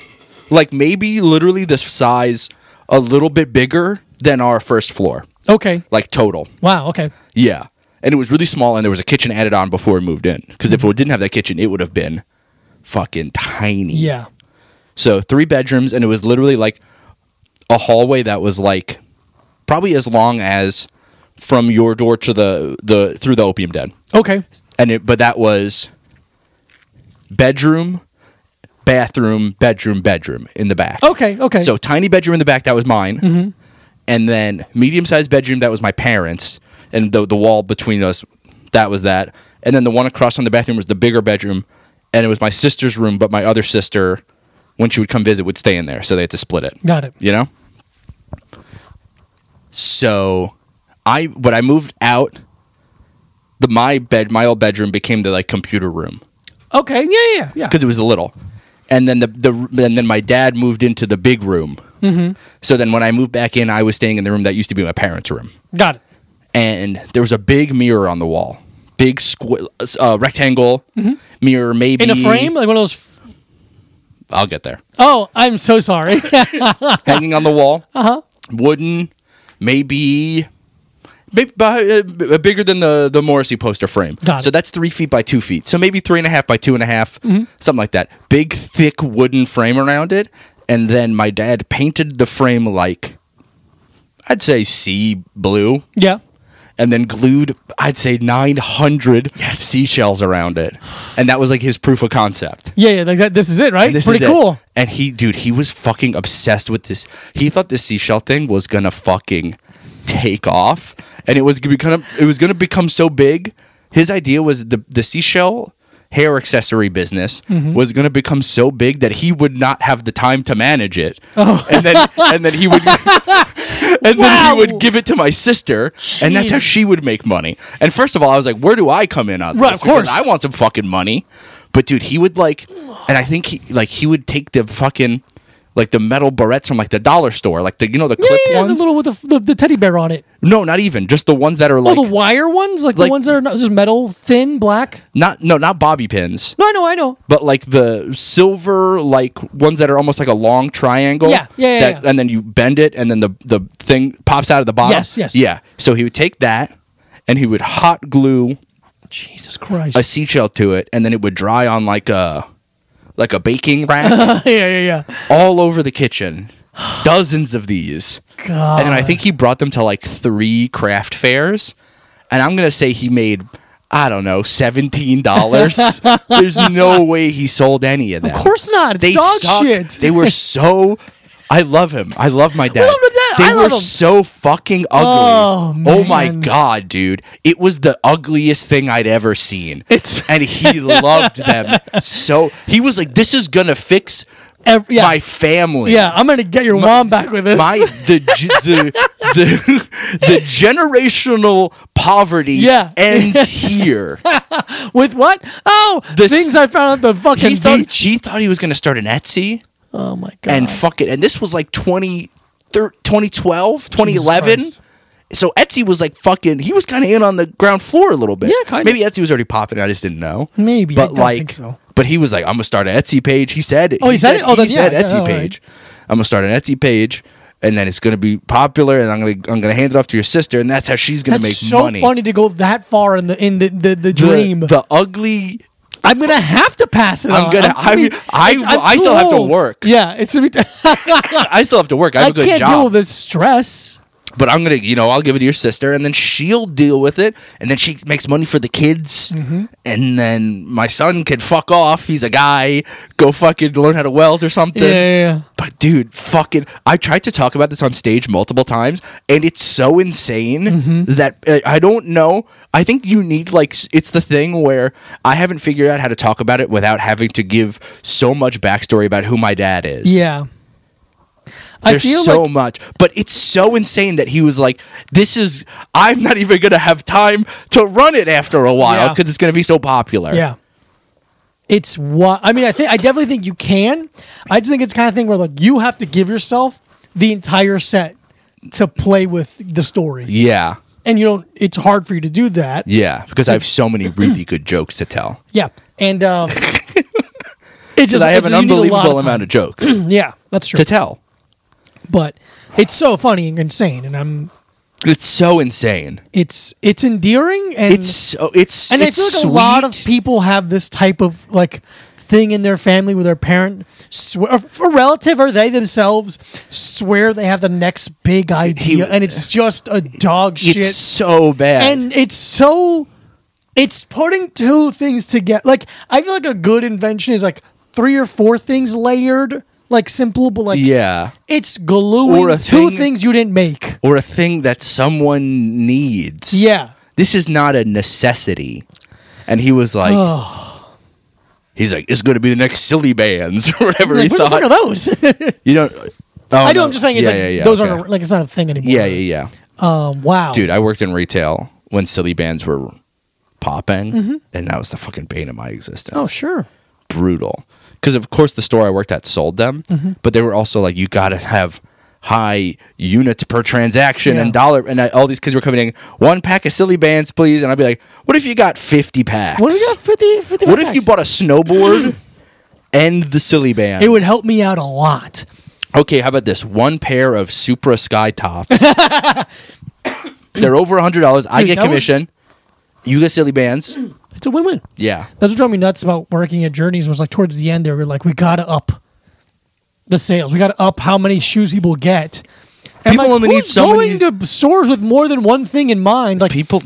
[SPEAKER 2] Like maybe literally the size a little bit bigger than our first floor.
[SPEAKER 1] Okay.
[SPEAKER 2] Like total.
[SPEAKER 1] Wow. Okay.
[SPEAKER 2] Yeah. And it was really small, and there was a kitchen added on before we moved in. Because if we didn't have that kitchen, it would have been fucking tiny.
[SPEAKER 1] Yeah.
[SPEAKER 2] So three bedrooms, and it was literally like a hallway that was like probably as long as from your door to the the through the opium den.
[SPEAKER 1] Okay.
[SPEAKER 2] And it, but that was bedroom, bathroom, bedroom, bedroom in the back.
[SPEAKER 1] Okay. Okay. Mm-hmm.
[SPEAKER 2] So tiny bedroom in the back that was mine, and then medium sized bedroom that was my parents, and the the wall between us that was that, and then the one across from the bathroom was the bigger bedroom, and it was my sister's room, but my other sister, when she would come visit, would stay in there, so they had to split it.
[SPEAKER 1] got it.
[SPEAKER 2] You know. So, I when I moved out, the my bed my old bedroom became the like computer room
[SPEAKER 1] Okay. Yeah. Yeah. Yeah.
[SPEAKER 2] because it was a little. And then the the and then my dad moved into the big room. Mm-hmm. So then when I moved back in, I was staying in the room that used to be my parents' room,
[SPEAKER 1] Got it.
[SPEAKER 2] and there was a big mirror on the wall, big squ- uh, rectangle mirror, maybe
[SPEAKER 1] Mm-hmm. In a frame, like one of those. F-
[SPEAKER 2] I'll get there.
[SPEAKER 1] oh, I'm so sorry.
[SPEAKER 2] Hanging on the wall, uh-huh. wooden, maybe. Maybe by, uh, bigger than the the Morrissey poster frame,
[SPEAKER 1] Got it. Mm-hmm.
[SPEAKER 2] so that's three feet by two feet, so maybe three and a half by two and a half, something like that. Big thick wooden frame around it, and then my dad painted the frame like I'd say sea blue,
[SPEAKER 1] yeah.
[SPEAKER 2] and then glued I'd say nine hundred seashells around it, and that was like his proof of concept.
[SPEAKER 1] Yeah. Yeah. Like that. This is it, right?
[SPEAKER 2] And this
[SPEAKER 1] Pretty
[SPEAKER 2] is it.
[SPEAKER 1] cool.
[SPEAKER 2] And he, dude, he was fucking obsessed with this. He thought this seashell thing was gonna fucking take off, and it was gonna become it was gonna become so big. His idea was the the seashell hair accessory business
[SPEAKER 1] Mm-hmm.
[SPEAKER 2] was gonna become so big that he would not have the time to manage it,
[SPEAKER 1] Oh.
[SPEAKER 2] and then and then he would. And then
[SPEAKER 1] Wow.
[SPEAKER 2] he would give it to my sister, and that's how
[SPEAKER 1] Jeez.
[SPEAKER 2] she would make money. And first of all, I was like, "Where do I come in on this?
[SPEAKER 1] Right, of
[SPEAKER 2] Because
[SPEAKER 1] course.
[SPEAKER 2] I want some fucking money." But dude, he would like, and I think he like he would take the fucking like the metal barrettes from like the dollar store, like the you know the
[SPEAKER 1] Yeah,
[SPEAKER 2] clip
[SPEAKER 1] yeah, the
[SPEAKER 2] ones.
[SPEAKER 1] little with the, the, the teddy bear on it.
[SPEAKER 2] no, not even just the ones that are like
[SPEAKER 1] oh, the wire ones, like,
[SPEAKER 2] like-
[SPEAKER 1] the ones that are not, just metal, thin, black.
[SPEAKER 2] not no not bobby pins,
[SPEAKER 1] No, I know, I know.
[SPEAKER 2] but like the silver like ones that are almost like a long triangle.
[SPEAKER 1] Yeah, yeah, yeah,
[SPEAKER 2] that-
[SPEAKER 1] yeah.
[SPEAKER 2] And then you bend it, and then the the thing pops out of the bottom.
[SPEAKER 1] Yes, yes.
[SPEAKER 2] Yeah. So he would take that, and he would hot glue
[SPEAKER 1] Jesus Christ.
[SPEAKER 2] a seashell to it, and then it would dry on like a like a baking rack
[SPEAKER 1] yeah, yeah, yeah.
[SPEAKER 2] all over the kitchen. Dozens of these.
[SPEAKER 1] God.
[SPEAKER 2] and then I think he brought them to like three craft fairs, and I'm gonna say he made I don't know seventeen dollars. There's no way he sold any of them.
[SPEAKER 1] of course not. It's dog
[SPEAKER 2] suck.
[SPEAKER 1] shit.
[SPEAKER 2] They were so. I love him. I love my dad.
[SPEAKER 1] love him to death.
[SPEAKER 2] They
[SPEAKER 1] I
[SPEAKER 2] were
[SPEAKER 1] love him.
[SPEAKER 2] so fucking ugly.
[SPEAKER 1] Oh,
[SPEAKER 2] my
[SPEAKER 1] man.
[SPEAKER 2] god, dude! It was the ugliest thing I'd ever seen.
[SPEAKER 1] It's-
[SPEAKER 2] and he loved them so. He was like, "This is gonna fix
[SPEAKER 1] Every- yeah.
[SPEAKER 2] my family."
[SPEAKER 1] yeah, I'm gonna get your mom back with this.
[SPEAKER 2] my the g- the the, the generational poverty
[SPEAKER 1] Yeah.
[SPEAKER 2] ends here.
[SPEAKER 1] with what? Oh,
[SPEAKER 2] The s-
[SPEAKER 1] things I found at the fucking
[SPEAKER 2] he thought
[SPEAKER 1] beach.
[SPEAKER 2] he thought he was going to start an Etsy
[SPEAKER 1] oh my god.
[SPEAKER 2] and fuck it. And this was like 20, thir- 2012, 2011.
[SPEAKER 1] Christ.
[SPEAKER 2] So Etsy was like fucking. He was kind of in on the ground floor a little bit.
[SPEAKER 1] Yeah, kinda.
[SPEAKER 2] Maybe Etsy was already popping. I just didn't know.
[SPEAKER 1] Maybe, I
[SPEAKER 2] but
[SPEAKER 1] don't
[SPEAKER 2] like,
[SPEAKER 1] think so.
[SPEAKER 2] but he was like, I'm gonna start an Etsy page. He said.
[SPEAKER 1] Oh, he said it? Oh,
[SPEAKER 2] he
[SPEAKER 1] then yeah,
[SPEAKER 2] said
[SPEAKER 1] yeah,
[SPEAKER 2] Etsy
[SPEAKER 1] all right.
[SPEAKER 2] page. I'm gonna start an Etsy page, and then it's gonna be popular, and I'm gonna I'm gonna hand it off to your sister, and that's how she's gonna
[SPEAKER 1] That's
[SPEAKER 2] make
[SPEAKER 1] so
[SPEAKER 2] money.
[SPEAKER 1] funny to go that far in the in the the, the
[SPEAKER 2] The-
[SPEAKER 1] dream.
[SPEAKER 2] The, ugly.
[SPEAKER 1] I'm gonna have to pass it.
[SPEAKER 2] I'm
[SPEAKER 1] on.
[SPEAKER 2] gonna-
[SPEAKER 1] I'm
[SPEAKER 2] I-
[SPEAKER 1] too-
[SPEAKER 2] I-
[SPEAKER 1] I'm- I'm
[SPEAKER 2] I
[SPEAKER 1] too
[SPEAKER 2] still have to
[SPEAKER 1] old.
[SPEAKER 2] work.
[SPEAKER 1] Yeah, it's gonna be.
[SPEAKER 2] I still have to work. I have
[SPEAKER 1] I
[SPEAKER 2] a good
[SPEAKER 1] can't
[SPEAKER 2] job.
[SPEAKER 1] deal with this stress.
[SPEAKER 2] but I'm gonna, you know, I'll give it to your sister, and then she'll deal with it, and then she makes money for the kids,
[SPEAKER 1] Mm-hmm.
[SPEAKER 2] and then my son can fuck off. He's a guy, go fucking learn how to weld or something.
[SPEAKER 1] Yeah, yeah, yeah.
[SPEAKER 2] But dude, fucking, I tried to talk about this on stage multiple times, and it's so insane
[SPEAKER 1] Mm-hmm.
[SPEAKER 2] that uh, I don't know. I think you need like s- it's the thing where I haven't figured out how to talk about it without having to give so much backstory about who my dad is.
[SPEAKER 1] yeah. I
[SPEAKER 2] There's
[SPEAKER 1] feel
[SPEAKER 2] so
[SPEAKER 1] like
[SPEAKER 2] much, but it's so insane that he was like, "This is I'm not even gonna have time to run it after a while
[SPEAKER 1] Yeah.
[SPEAKER 2] because it's gonna be so popular."
[SPEAKER 1] yeah. It's what I mean. I think I definitely think you can. I just think it's kind of thing where like you have to give yourself the entire set to play with the story,
[SPEAKER 2] yeah,
[SPEAKER 1] and you don't. It's hard for you to do that.
[SPEAKER 2] yeah. Because I have so many really good jokes to tell.
[SPEAKER 1] Yeah, and um, it just
[SPEAKER 2] Because I
[SPEAKER 1] it
[SPEAKER 2] have an
[SPEAKER 1] just- you need a lot
[SPEAKER 2] unbelievable
[SPEAKER 1] time.
[SPEAKER 2] amount of jokes to
[SPEAKER 1] Yeah, that's true.
[SPEAKER 2] tell.
[SPEAKER 1] but it's so funny and insane, and I'm
[SPEAKER 2] It's so insane.
[SPEAKER 1] it's it's endearing and
[SPEAKER 2] It's so it's
[SPEAKER 1] and
[SPEAKER 2] it's
[SPEAKER 1] I feel like a lot of
[SPEAKER 2] sweet.
[SPEAKER 1] people have this type of like thing in their family where their parent swear, or a relative or they themselves swear they have the next big idea, and it's just a dog
[SPEAKER 2] It's
[SPEAKER 1] shit,
[SPEAKER 2] so bad.
[SPEAKER 1] and it's so it's putting two things together. Like I feel like a good invention is like three or four things layered, like simple, but like
[SPEAKER 2] yeah,
[SPEAKER 1] it's gluing
[SPEAKER 2] Or a
[SPEAKER 1] two
[SPEAKER 2] thing-
[SPEAKER 1] things you didn't make.
[SPEAKER 2] or a thing that someone needs.
[SPEAKER 1] Yeah.
[SPEAKER 2] This is not a necessity. And he was like, he's like, it's going to be the next silly bands or whatever he
[SPEAKER 1] Like, what the fuck
[SPEAKER 2] thought.
[SPEAKER 1] are those?
[SPEAKER 2] you don't. Oh,
[SPEAKER 1] I know.
[SPEAKER 2] no.
[SPEAKER 1] I'm just saying. It's
[SPEAKER 2] Yeah,
[SPEAKER 1] like
[SPEAKER 2] yeah, yeah,
[SPEAKER 1] those
[SPEAKER 2] okay.
[SPEAKER 1] aren't a- like it's not a thing anymore.
[SPEAKER 2] Yeah, yeah, yeah.
[SPEAKER 1] Um, wow.
[SPEAKER 2] Dude, I worked in retail when silly bands were popping, and that was the fucking bane of my existence.
[SPEAKER 1] Mm-hmm. Oh sure.
[SPEAKER 2] brutal. Because of course the store I worked at sold them,
[SPEAKER 1] Mm-hmm.
[SPEAKER 2] but they were also like you got to have high units per transaction
[SPEAKER 1] Yeah.
[SPEAKER 2] and dollar. And I, all these kids were coming in one pack of silly bands, please. And I'd be like, what if you got fifty packs?
[SPEAKER 1] What if you got 50, 50
[SPEAKER 2] What if you
[SPEAKER 1] bucks?
[SPEAKER 2] bought a snowboard and the silly band?
[SPEAKER 1] It would help me out a lot.
[SPEAKER 2] Okay, how about this? One pair of Supra Sky tops. They're over hundred dollars. I
[SPEAKER 1] Dude,
[SPEAKER 2] get
[SPEAKER 1] that was-
[SPEAKER 2] commission. You get silly bands.
[SPEAKER 1] It's a win-win.
[SPEAKER 2] Yeah.
[SPEAKER 1] That's what drove me nuts about working at Journeys was like towards the end there we were like we gotta up the sales. We gotta up how many shoes people get. And
[SPEAKER 2] People
[SPEAKER 1] like,
[SPEAKER 2] only need
[SPEAKER 1] who's
[SPEAKER 2] so
[SPEAKER 1] going to stores with more than one thing in mind. Like
[SPEAKER 2] People.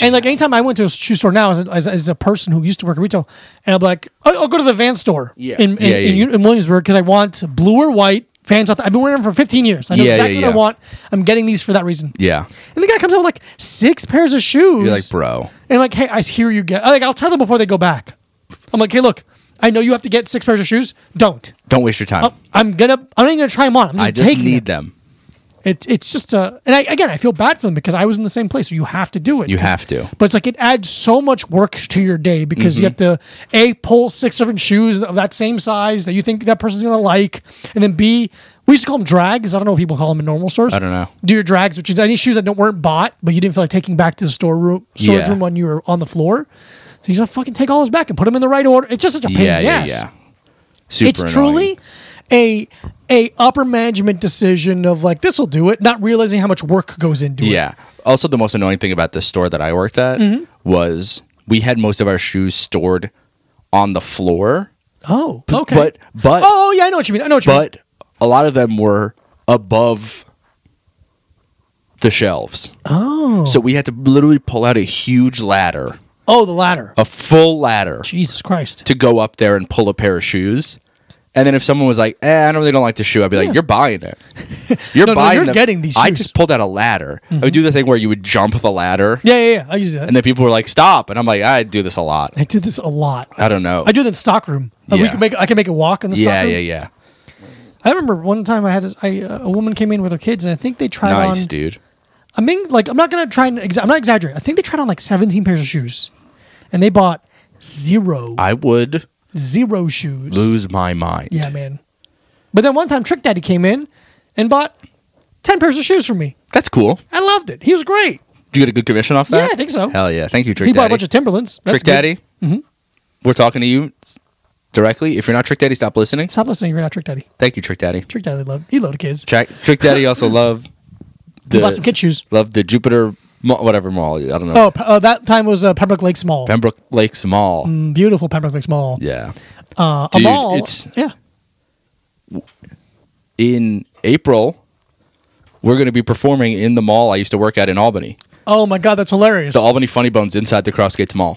[SPEAKER 1] And like anytime I went to a shoe store now as a, as, as a person who used to work at retail, and I'm like, "Oh, I'll go to the Van store
[SPEAKER 2] Yeah.
[SPEAKER 1] in, in,
[SPEAKER 2] Yeah, yeah,
[SPEAKER 1] in,
[SPEAKER 2] yeah.
[SPEAKER 1] Uni- in Williamsburg because I want blue or white Vans. I've been wearing them for 15 years. I know
[SPEAKER 2] Yeah, yeah,
[SPEAKER 1] exactly
[SPEAKER 2] yeah.
[SPEAKER 1] what I want. I'm getting these for that reason.
[SPEAKER 2] Yeah.
[SPEAKER 1] And the guy comes out with like six pairs of shoes.
[SPEAKER 2] You're like, bro.
[SPEAKER 1] And I'm like, hey, I hear you get. Like, I'll tell them before they go back. I'm like, hey, look, I know you have to get six pairs of shoes. Don't.
[SPEAKER 2] Don't waste your time.
[SPEAKER 1] I'm- I'm gonna. I'm not even gonna try them on. I'm just,
[SPEAKER 2] I just
[SPEAKER 1] taking
[SPEAKER 2] need
[SPEAKER 1] them.
[SPEAKER 2] them.
[SPEAKER 1] It, it's just a. And I, again, I feel bad for them because I was in the same place. So you have to do it.
[SPEAKER 2] You have to.
[SPEAKER 1] But it's like it adds so much work to your day because you have
[SPEAKER 2] Mm-hmm.
[SPEAKER 1] to a pull six different shoes of that same size that you think that person's gonna like, and then b we used to call them drags. I don't know what people call them in normal stores.
[SPEAKER 2] I don't know.
[SPEAKER 1] Do your drags, which is any shoes that don't, weren't bought, but you didn't feel like taking back to the store room, storage
[SPEAKER 2] Yeah.
[SPEAKER 1] room when you were on the floor. So you just fucking take all those back and put them in the right order. It's just such a pain.
[SPEAKER 2] Yeah,
[SPEAKER 1] in the
[SPEAKER 2] yeah,
[SPEAKER 1] ass.
[SPEAKER 2] yeah. Super
[SPEAKER 1] it's
[SPEAKER 2] annoying.
[SPEAKER 1] truly a a upper management decision of like this will do it, not realizing how much work goes into it. Mm-hmm.
[SPEAKER 2] Yeah. Also, the most annoying thing about this store that I worked at was we had most of our shoes stored on the floor,
[SPEAKER 1] Oh,
[SPEAKER 2] P-
[SPEAKER 1] okay.
[SPEAKER 2] but- but-
[SPEAKER 1] oh, oh, yeah, I know what you mean. I know what you mean.
[SPEAKER 2] but a lot of them were above the shelves.
[SPEAKER 1] Oh,
[SPEAKER 2] So we had to literally pull out a huge ladder,
[SPEAKER 1] oh, the ladder.
[SPEAKER 2] a full ladder
[SPEAKER 1] Jesus Christ.
[SPEAKER 2] to go up there and pull a pair of shoes. And then if someone was like, eh, I don't really don't like the shoe, I'd be like,
[SPEAKER 1] Yeah.
[SPEAKER 2] you're buying it. You're
[SPEAKER 1] No, no,
[SPEAKER 2] buying
[SPEAKER 1] you're
[SPEAKER 2] the-
[SPEAKER 1] getting these shoes.
[SPEAKER 2] I
[SPEAKER 1] Mm-hmm.
[SPEAKER 2] just pulled out a ladder. I would do the thing where you would jump the ladder
[SPEAKER 1] Yeah, yeah, yeah. I use that.
[SPEAKER 2] and then people were like, stop. And I'm like, I do this a lot.
[SPEAKER 1] I did this a lot.
[SPEAKER 2] I don't know.
[SPEAKER 1] I do that in stockroom. Uh, we
[SPEAKER 2] Oh. Yeah.
[SPEAKER 1] can make, I can make it walk in the
[SPEAKER 2] yeah,
[SPEAKER 1] stockroom.
[SPEAKER 2] yeah, yeah.
[SPEAKER 1] I remember one time I had this, I, uh, a woman came in with her kids, and I think they tried
[SPEAKER 2] Nice,
[SPEAKER 1] on.
[SPEAKER 2] dude.
[SPEAKER 1] I mean, like I'm not gonna try and exa- I'm not exaggerating. I think they tried on like 17 pairs of shoes, and they bought zero,
[SPEAKER 2] I would
[SPEAKER 1] zero shoes.
[SPEAKER 2] lose my mind.
[SPEAKER 1] Yeah, man. But then one time, Trick Daddy came in and bought 10 pairs of shoes for me.
[SPEAKER 2] That's cool.
[SPEAKER 1] I loved it. He was great.
[SPEAKER 2] Do you get a good commission off that?
[SPEAKER 1] Yeah, I think so.
[SPEAKER 2] Hell yeah. Thank you, Trick
[SPEAKER 1] he bought
[SPEAKER 2] Daddy.
[SPEAKER 1] a bunch of Timberlands. That's
[SPEAKER 2] Trick
[SPEAKER 1] good. Mm-hmm.
[SPEAKER 2] Daddy, we're talking to you directly. If you're not Trick Daddy, stop listening.
[SPEAKER 1] Stop listening. You're not Trick Daddy.
[SPEAKER 2] Thank you, Trick Daddy.
[SPEAKER 1] Trick Daddy loved. He loved kids.
[SPEAKER 2] Jack, Trick Daddy also love
[SPEAKER 1] He bought some kid shoes.
[SPEAKER 2] love the Jupiter Mall, whatever mall. I don't know.
[SPEAKER 1] Oh, p- uh, that time was uh, Pembroke Lakes Mall.
[SPEAKER 2] Pembroke Lakes Mall.
[SPEAKER 1] Mm, Beautiful Pembroke Lakes Mall.
[SPEAKER 2] Yeah.
[SPEAKER 1] Uh,
[SPEAKER 2] Dude,
[SPEAKER 1] a mall.
[SPEAKER 2] it's-
[SPEAKER 1] yeah.
[SPEAKER 2] In April, we're going to be performing in the mall I used to work at in Albany.
[SPEAKER 1] Oh my God, that's hilarious.
[SPEAKER 2] The Albany Funny Bones inside the Crossgates Mall.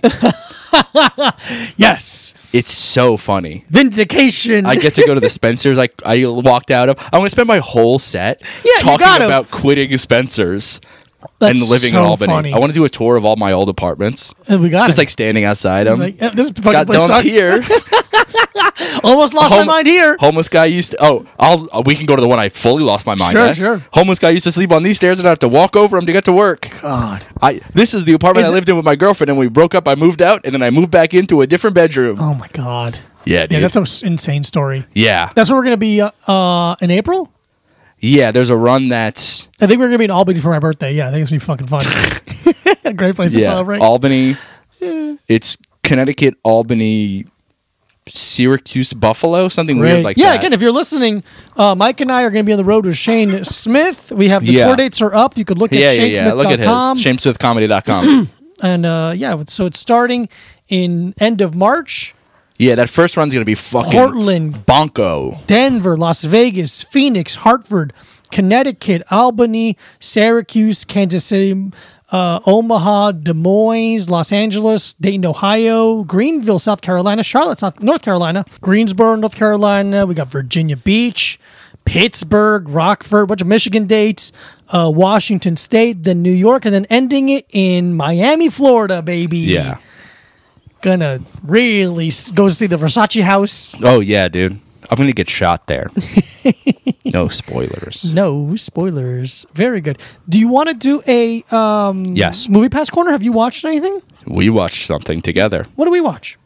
[SPEAKER 1] yes.
[SPEAKER 2] it's so funny.
[SPEAKER 1] Vindication.
[SPEAKER 2] I get to go to the Spencers. I, I walked out of. I want to spend my whole set
[SPEAKER 1] you
[SPEAKER 2] talking
[SPEAKER 1] gotta.
[SPEAKER 2] about quitting Spencers
[SPEAKER 1] That's
[SPEAKER 2] and living
[SPEAKER 1] so
[SPEAKER 2] in Albany.
[SPEAKER 1] funny.
[SPEAKER 2] I want to do a tour of all my old apartments.
[SPEAKER 1] And we got
[SPEAKER 2] Just
[SPEAKER 1] it.
[SPEAKER 2] like standing outside them.
[SPEAKER 1] Like, eh, this fucking
[SPEAKER 2] Got
[SPEAKER 1] place
[SPEAKER 2] dumped
[SPEAKER 1] sucks.
[SPEAKER 2] here.
[SPEAKER 1] Almost lost
[SPEAKER 2] Home-
[SPEAKER 1] my mind here.
[SPEAKER 2] Homeless guy used to. Oh, I'll, we can go to the one I fully lost my mind.
[SPEAKER 1] Sure,
[SPEAKER 2] at.
[SPEAKER 1] sure.
[SPEAKER 2] Homeless guy used to sleep on these stairs and I have to walk over him to get to work.
[SPEAKER 1] God.
[SPEAKER 2] I this is the apartment
[SPEAKER 1] Is
[SPEAKER 2] I
[SPEAKER 1] it-
[SPEAKER 2] lived in with my girlfriend, and we broke up. I moved out, and then I moved back into a different bedroom.
[SPEAKER 1] Oh my God.
[SPEAKER 2] Yeah,
[SPEAKER 1] Yeah,
[SPEAKER 2] dude.
[SPEAKER 1] that's an s- insane story.
[SPEAKER 2] yeah,
[SPEAKER 1] That's where we're gonna be uh, uh, in April.
[SPEAKER 2] yeah. There's a run that's
[SPEAKER 1] I think we're gonna be in Albany for my birthday. Yeah, I think it's gonna be fucking fun. A great place to
[SPEAKER 2] yeah
[SPEAKER 1] celebrate.
[SPEAKER 2] Albany. It's Connecticut, Albany, Syracuse, Buffalo, something weird
[SPEAKER 1] Right.
[SPEAKER 2] like
[SPEAKER 1] yeah,
[SPEAKER 2] that.
[SPEAKER 1] again, if you're listening, uh, Mike and I are going to be on the road with Shane Smith. We have the
[SPEAKER 2] Yeah.
[SPEAKER 1] tour dates are up. You could look
[SPEAKER 2] yeah,
[SPEAKER 1] at
[SPEAKER 2] yeah, yeah. Look at his
[SPEAKER 1] shanesmith.com.
[SPEAKER 2] shamesmithcomedy.com.
[SPEAKER 1] and uh, yeah, so it's starting in end of March.
[SPEAKER 2] yeah, that first run's gonna be fucking
[SPEAKER 1] Portland.
[SPEAKER 2] Bonko.
[SPEAKER 1] Denver, Las Vegas, Phoenix, Hartford, Connecticut, Albany, Syracuse, Kansas City, uh, Omaha, Des Moines, Los Angeles, Dayton, Ohio, Greenville, South Carolina, Charlotte, South, North Carolina, Greensboro, North Carolina. We got Virginia Beach, Pittsburgh, Rockford, bunch of Michigan dates, uh, Washington State, then New York, and then ending it in Miami, Florida, baby.
[SPEAKER 2] Yeah.
[SPEAKER 1] Gonna really s- go see the Versace house.
[SPEAKER 2] Oh yeah, dude. I'm gonna get shot there. no spoilers.
[SPEAKER 1] No spoilers. Very good. Do you want to do a um,
[SPEAKER 2] Yes.
[SPEAKER 1] movie pass corner? Have you watched anything?
[SPEAKER 2] We watched something together.
[SPEAKER 1] What do we watch?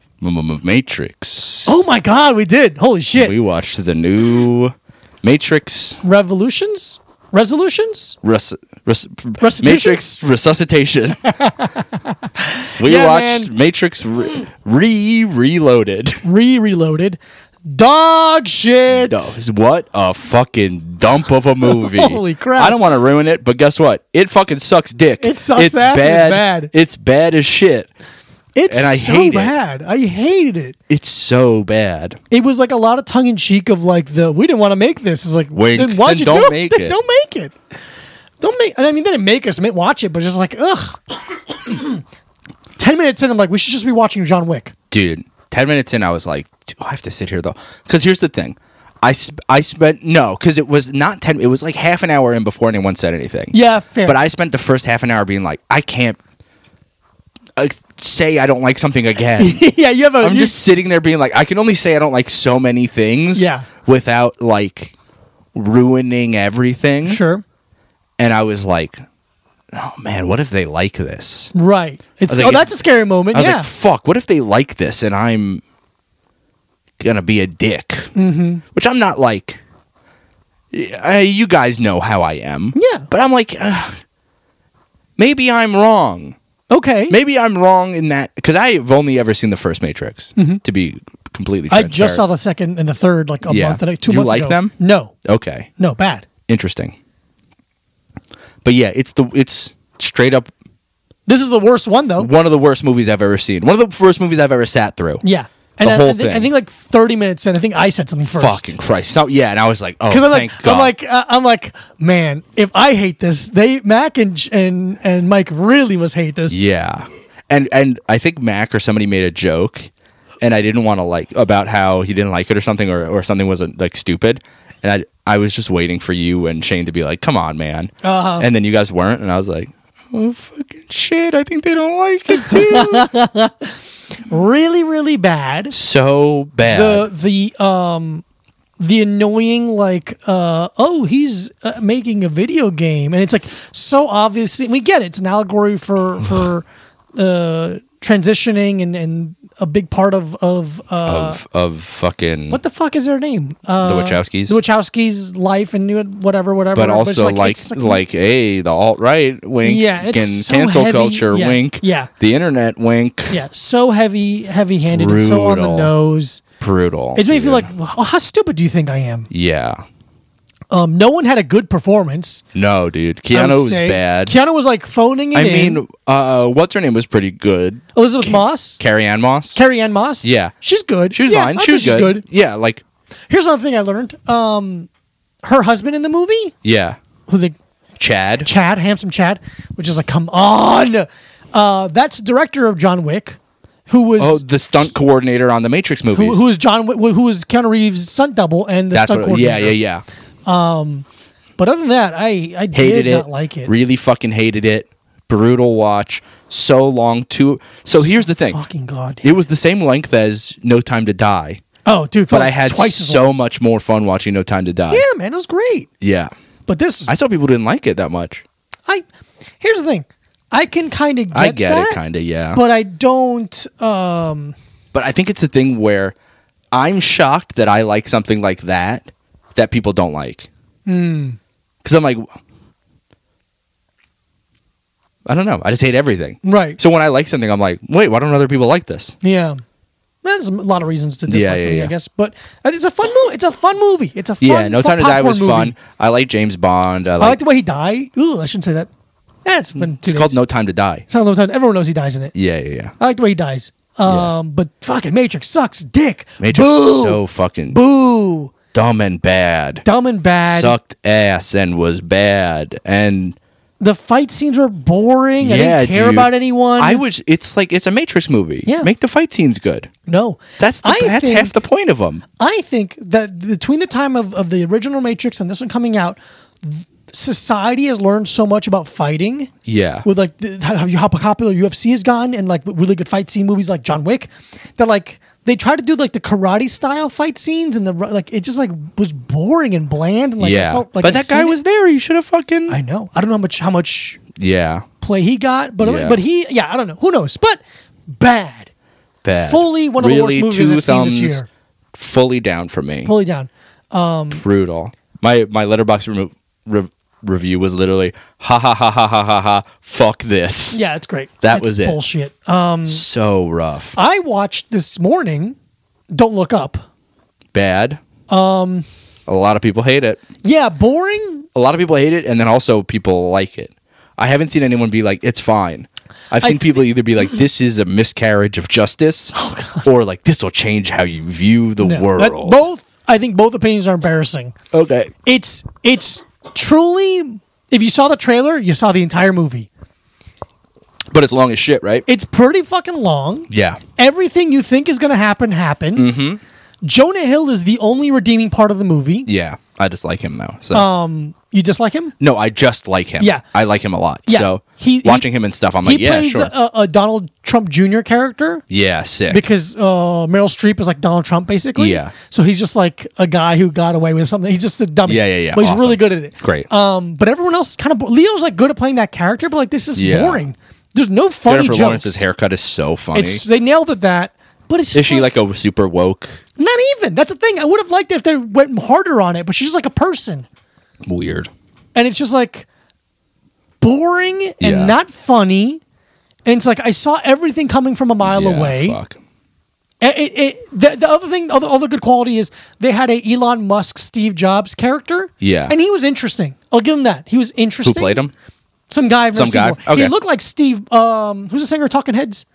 [SPEAKER 2] Matrix.
[SPEAKER 1] Oh my God, we did! Holy shit!
[SPEAKER 2] We watched the new Matrix
[SPEAKER 1] Revolutions, resolutions.
[SPEAKER 2] res- res-
[SPEAKER 1] Restitution?
[SPEAKER 2] Matrix resuscitation. we
[SPEAKER 1] Yeah,
[SPEAKER 2] watched
[SPEAKER 1] man.
[SPEAKER 2] Matrix re reloaded.
[SPEAKER 1] Re reloaded. Dog shit.
[SPEAKER 2] What a fucking dump of a movie!
[SPEAKER 1] Holy crap.
[SPEAKER 2] I don't want to ruin it, but guess what? It fucking sucks dick.
[SPEAKER 1] It sucks ass and it's bad.
[SPEAKER 2] It's bad as shit.
[SPEAKER 1] It's
[SPEAKER 2] and I
[SPEAKER 1] so
[SPEAKER 2] hate it.
[SPEAKER 1] bad. I hated it.
[SPEAKER 2] It's so bad.
[SPEAKER 1] It was like a lot of tongue in cheek of like the we didn't want to make this. It's like
[SPEAKER 2] Wink.
[SPEAKER 1] then why'd
[SPEAKER 2] Then
[SPEAKER 1] you
[SPEAKER 2] don't
[SPEAKER 1] do
[SPEAKER 2] make
[SPEAKER 1] then
[SPEAKER 2] it.
[SPEAKER 1] Don't make it. Don't make. I mean, they didn't make us ma- watch it, but just like ugh. Ten minutes in, I'm like, we should just be watching John Wick.
[SPEAKER 2] dude 10 minutes in i was like do i have to sit here though because here's the thing I, sp- I spent no because it was not 10 it was like half an hour in before anyone said anything
[SPEAKER 1] Yeah, fair.
[SPEAKER 2] but i spent the first half an hour being like i can't uh, say i don't like something again
[SPEAKER 1] yeah, you have a.
[SPEAKER 2] i'm
[SPEAKER 1] you-
[SPEAKER 2] just sitting there being like i can only say i don't like so many things
[SPEAKER 1] Yeah.
[SPEAKER 2] without like ruining everything
[SPEAKER 1] sure.
[SPEAKER 2] and i was like oh man what if they like this
[SPEAKER 1] Right. It's
[SPEAKER 2] was like,
[SPEAKER 1] oh,
[SPEAKER 2] if-
[SPEAKER 1] that's a scary moment.
[SPEAKER 2] I was
[SPEAKER 1] Yeah.
[SPEAKER 2] like, fuck, what if they like this and I'm gonna be a dick? Mm-hmm. Which I'm not like. Uh, you guys know how I am.
[SPEAKER 1] Yeah.
[SPEAKER 2] But I'm like, ugh, maybe I'm wrong.
[SPEAKER 1] okay.
[SPEAKER 2] Maybe I'm wrong in that because I've only ever seen the first Matrix. To be completely,
[SPEAKER 1] Mm-hmm. I just saw
[SPEAKER 2] transparent.
[SPEAKER 1] the second and the third like a
[SPEAKER 2] Yeah.
[SPEAKER 1] month and a- two
[SPEAKER 2] You
[SPEAKER 1] months
[SPEAKER 2] like
[SPEAKER 1] ago.
[SPEAKER 2] them?
[SPEAKER 1] No,
[SPEAKER 2] Okay,
[SPEAKER 1] no, bad.
[SPEAKER 2] interesting. But yeah, it's the it's straight up
[SPEAKER 1] This is the worst one though.
[SPEAKER 2] One of the worst movies I've ever seen. One of the worst movies I've ever sat through.
[SPEAKER 1] Yeah.
[SPEAKER 2] The
[SPEAKER 1] And I,
[SPEAKER 2] whole
[SPEAKER 1] I, thi- I
[SPEAKER 2] thing.
[SPEAKER 1] think like 30 minutes in, I think I said something first.
[SPEAKER 2] Fucking Christ. So yeah, and I was like, oh,
[SPEAKER 1] Because I'm
[SPEAKER 2] thank
[SPEAKER 1] like,
[SPEAKER 2] God.
[SPEAKER 1] I'm like, uh, I'm like, man, if I hate this, they Mac and J- and and Mike really must hate this.
[SPEAKER 2] Yeah. And and I think Mac or somebody made a joke and I didn't want to like about how he didn't like it or something or, or something wasn't like stupid. And I I was just waiting for you and Shane to be like, "Come on, man."
[SPEAKER 1] Uh-huh.
[SPEAKER 2] And then you guys weren't and I was like, "Oh fucking shit, I think they don't like it too."
[SPEAKER 1] Really, really bad.
[SPEAKER 2] so bad.
[SPEAKER 1] the the um the annoying like uh oh he's uh, making a video game and it's like so obviously we get it it's an allegory for for uh transitioning and and a big part of of uh
[SPEAKER 2] of of fucking
[SPEAKER 1] what the fuck is their name uh
[SPEAKER 2] the Wachowskis.
[SPEAKER 1] the Wachowskis life and new- whatever whatever
[SPEAKER 2] but
[SPEAKER 1] whatever, it's
[SPEAKER 2] also like
[SPEAKER 1] it's
[SPEAKER 2] like, hey, the alt right wink
[SPEAKER 1] Yeah, it's
[SPEAKER 2] and
[SPEAKER 1] so
[SPEAKER 2] cancel
[SPEAKER 1] heavy.
[SPEAKER 2] culture
[SPEAKER 1] Yeah,
[SPEAKER 2] wink.
[SPEAKER 1] yeah.
[SPEAKER 2] The internet wink.
[SPEAKER 1] yeah so heavy heavy handed and so on the
[SPEAKER 2] Brutal.
[SPEAKER 1] nose
[SPEAKER 2] Brutal.
[SPEAKER 1] it made me feel
[SPEAKER 2] dude.
[SPEAKER 1] like "Oh, how stupid do you think I am
[SPEAKER 2] Yeah.
[SPEAKER 1] um no one had a good performance
[SPEAKER 2] No, dude.
[SPEAKER 1] I
[SPEAKER 2] Keanu
[SPEAKER 1] would
[SPEAKER 2] was
[SPEAKER 1] say.
[SPEAKER 2] bad.
[SPEAKER 1] Keanu was like phoning it
[SPEAKER 2] I
[SPEAKER 1] in.
[SPEAKER 2] mean, uh, what's her name was pretty good.
[SPEAKER 1] Elizabeth Moss,
[SPEAKER 2] Carrie Ann Moss.
[SPEAKER 1] Carrie Ann Moss.
[SPEAKER 2] Yeah.
[SPEAKER 1] she's good.
[SPEAKER 2] she was
[SPEAKER 1] yeah,
[SPEAKER 2] fine.
[SPEAKER 1] I'd
[SPEAKER 2] She
[SPEAKER 1] say
[SPEAKER 2] was
[SPEAKER 1] she's
[SPEAKER 2] good. Yeah, like
[SPEAKER 1] Here's another thing I learned. Um, her husband in the movie,
[SPEAKER 2] yeah.
[SPEAKER 1] who the
[SPEAKER 2] Chad.
[SPEAKER 1] Chad, handsome Chad, which is like, come on, uh, that's director of John Wick, who was
[SPEAKER 2] Oh, the stunt coordinator on the Matrix
[SPEAKER 1] who,
[SPEAKER 2] movies.
[SPEAKER 1] who was John Wick, who was Keanu Reeves' stunt double and the
[SPEAKER 2] That's
[SPEAKER 1] stunt
[SPEAKER 2] what. Yeah,
[SPEAKER 1] coordinator.
[SPEAKER 2] yeah, yeah.
[SPEAKER 1] But other than that, I I
[SPEAKER 2] Hated
[SPEAKER 1] did
[SPEAKER 2] it.
[SPEAKER 1] not like it.
[SPEAKER 2] Really fucking hated it. Brutal watch. So long. Too. So here's the thing.
[SPEAKER 1] Fucking god.
[SPEAKER 2] It was the same length as No Time to Die,
[SPEAKER 1] oh, dude,
[SPEAKER 2] but
[SPEAKER 1] felt
[SPEAKER 2] I had
[SPEAKER 1] twice as
[SPEAKER 2] so
[SPEAKER 1] long.
[SPEAKER 2] much more fun watching No Time to Die.
[SPEAKER 1] yeah, man, it was great.
[SPEAKER 2] Yeah.
[SPEAKER 1] But this,
[SPEAKER 2] I saw people didn't like it that much.
[SPEAKER 1] I here's the thing. I can kind of get
[SPEAKER 2] I get
[SPEAKER 1] that,
[SPEAKER 2] it, kind of. Yeah.
[SPEAKER 1] but I don't. Um,
[SPEAKER 2] But I think it's a thing where I'm shocked that I like something like that that people don't like.
[SPEAKER 1] Hmm.
[SPEAKER 2] Because I'm like, I don't know. I just hate everything.
[SPEAKER 1] right.
[SPEAKER 2] So when I like something, I'm like, wait, why don't other people like this?
[SPEAKER 1] yeah, there's a lot of reasons to dislike
[SPEAKER 2] Yeah, yeah,
[SPEAKER 1] something,
[SPEAKER 2] yeah.
[SPEAKER 1] I guess. But uh, it's a fun movie. It's a fun movie. It's a fun.
[SPEAKER 2] yeah, No
[SPEAKER 1] fun
[SPEAKER 2] Time to Die
[SPEAKER 1] popcorn
[SPEAKER 2] was
[SPEAKER 1] movie.
[SPEAKER 2] fun. I like James Bond. I like, Mm,
[SPEAKER 1] I like the way he died. Ooh, I shouldn't say that. That's been two
[SPEAKER 2] it's called
[SPEAKER 1] days.
[SPEAKER 2] No Time to Die.
[SPEAKER 1] It's not a long time. Everyone knows he dies in it.
[SPEAKER 2] Yeah, yeah, yeah.
[SPEAKER 1] I like the way he dies. Um,
[SPEAKER 2] Yeah.
[SPEAKER 1] but fucking Matrix sucks dick.
[SPEAKER 2] Matrix
[SPEAKER 1] Boo!
[SPEAKER 2] was so fucking
[SPEAKER 1] boo,
[SPEAKER 2] dumb and bad.
[SPEAKER 1] dumb and bad.
[SPEAKER 2] Sucked ass and was bad and
[SPEAKER 1] The fight scenes were boring. I
[SPEAKER 2] yeah,
[SPEAKER 1] didn't care
[SPEAKER 2] dude.
[SPEAKER 1] about anyone.
[SPEAKER 2] I was. It's like it's a Matrix movie.
[SPEAKER 1] Yeah.
[SPEAKER 2] make the fight scenes good.
[SPEAKER 1] no.
[SPEAKER 2] That's the,
[SPEAKER 1] I
[SPEAKER 2] that's
[SPEAKER 1] think-
[SPEAKER 2] half the point of them.
[SPEAKER 1] I think that between the time of, of the original Matrix and this one coming out, th- society has learned so much about fighting.
[SPEAKER 2] Yeah.
[SPEAKER 1] With like the, how you- how popular UFC has gone and like really good fight scene movies like John Wick, that like they try to do like the karate style fight scenes and the ru- like it just like was boring and bland. And, like, I
[SPEAKER 2] yeah,
[SPEAKER 1] felt like
[SPEAKER 2] but
[SPEAKER 1] I've
[SPEAKER 2] that guy
[SPEAKER 1] seen it.
[SPEAKER 2] was there. He should have fucking.
[SPEAKER 1] I know. I don't know how much how much
[SPEAKER 2] yeah,
[SPEAKER 1] play he got, but
[SPEAKER 2] Yeah.
[SPEAKER 1] but he yeah I don't know who knows, but bad,
[SPEAKER 2] bad.
[SPEAKER 1] Fully one of the worst
[SPEAKER 2] Really,
[SPEAKER 1] movies
[SPEAKER 2] two
[SPEAKER 1] I've seen this
[SPEAKER 2] thumbs
[SPEAKER 1] year.
[SPEAKER 2] Fully down for me.
[SPEAKER 1] fully down.
[SPEAKER 2] Brutal. My my letterbox remo- re- review was literally ha ha ha ha ha ha ha. Fuck this.
[SPEAKER 1] Yeah, it's great.
[SPEAKER 2] That
[SPEAKER 1] It's
[SPEAKER 2] was it.
[SPEAKER 1] Bullshit. Um,
[SPEAKER 2] So rough.
[SPEAKER 1] I watched this morning. Don't look up.
[SPEAKER 2] Bad. Um. A lot of people hate it.
[SPEAKER 1] Yeah, boring.
[SPEAKER 2] a lot of people hate it and then also people like it i haven't seen anyone be like it's fine i've seen people either be like this is a miscarriage of justice or like this will change how you view the
[SPEAKER 1] Oh, No, that-
[SPEAKER 2] world
[SPEAKER 1] both. I think both opinions are embarrassing.
[SPEAKER 2] okay
[SPEAKER 1] It's it's truly. If you saw the trailer, you saw the entire movie.
[SPEAKER 2] but it's long as shit right
[SPEAKER 1] It's pretty fucking long.
[SPEAKER 2] yeah
[SPEAKER 1] Everything you think is going to happen happens. Jonah Hill is the only redeeming part of the movie.
[SPEAKER 2] Mm-hmm. yeah i just like him though so
[SPEAKER 1] You dislike him?
[SPEAKER 2] no i just like him
[SPEAKER 1] Oh. Yeah.
[SPEAKER 2] i like him a lot
[SPEAKER 1] Yeah.
[SPEAKER 2] so
[SPEAKER 1] He-
[SPEAKER 2] watching
[SPEAKER 1] he-
[SPEAKER 2] him and stuff i'm
[SPEAKER 1] He
[SPEAKER 2] like yeah
[SPEAKER 1] plays
[SPEAKER 2] sure
[SPEAKER 1] a, a Donald Trump Jr. character.
[SPEAKER 2] yeah sick
[SPEAKER 1] because uh, Meryl Streep is like Donald Trump, basically.
[SPEAKER 2] Yeah.
[SPEAKER 1] So he's just like a guy who got away with something. He's just a dummy.
[SPEAKER 2] Yeah, yeah, yeah.
[SPEAKER 1] But he's
[SPEAKER 2] Awesome.
[SPEAKER 1] really good at it.
[SPEAKER 2] Great.
[SPEAKER 1] Um, but everyone else kind of bo- Leo's like good at playing that character, but like this is
[SPEAKER 2] Yeah.
[SPEAKER 1] boring. There's no funny
[SPEAKER 2] jennifer
[SPEAKER 1] jokes.
[SPEAKER 2] lawrence's haircut is so funny
[SPEAKER 1] It's they nailed it that, but it's just
[SPEAKER 2] is she like a super woke
[SPEAKER 1] not even. That's the thing. I would have liked it if they went harder on it, but she's just like a person,
[SPEAKER 2] weird
[SPEAKER 1] and it's just like boring and
[SPEAKER 2] Yeah.
[SPEAKER 1] not funny. And it's like I saw everything coming from a mile
[SPEAKER 2] yeah,
[SPEAKER 1] away.
[SPEAKER 2] fuck.
[SPEAKER 1] It, it, it- the, the other thing, other, other good quality is they had a Elon Musk, Steve Jobs character.
[SPEAKER 2] Yeah.
[SPEAKER 1] and he was interesting. I'll give him that. He was
[SPEAKER 2] who
[SPEAKER 1] interesting.
[SPEAKER 2] played him
[SPEAKER 1] Some guy. I've never
[SPEAKER 2] Some
[SPEAKER 1] seen
[SPEAKER 2] guy?
[SPEAKER 1] before. He
[SPEAKER 2] Okay.
[SPEAKER 1] looked like Steve. Um, who's the singer of Talking Heads?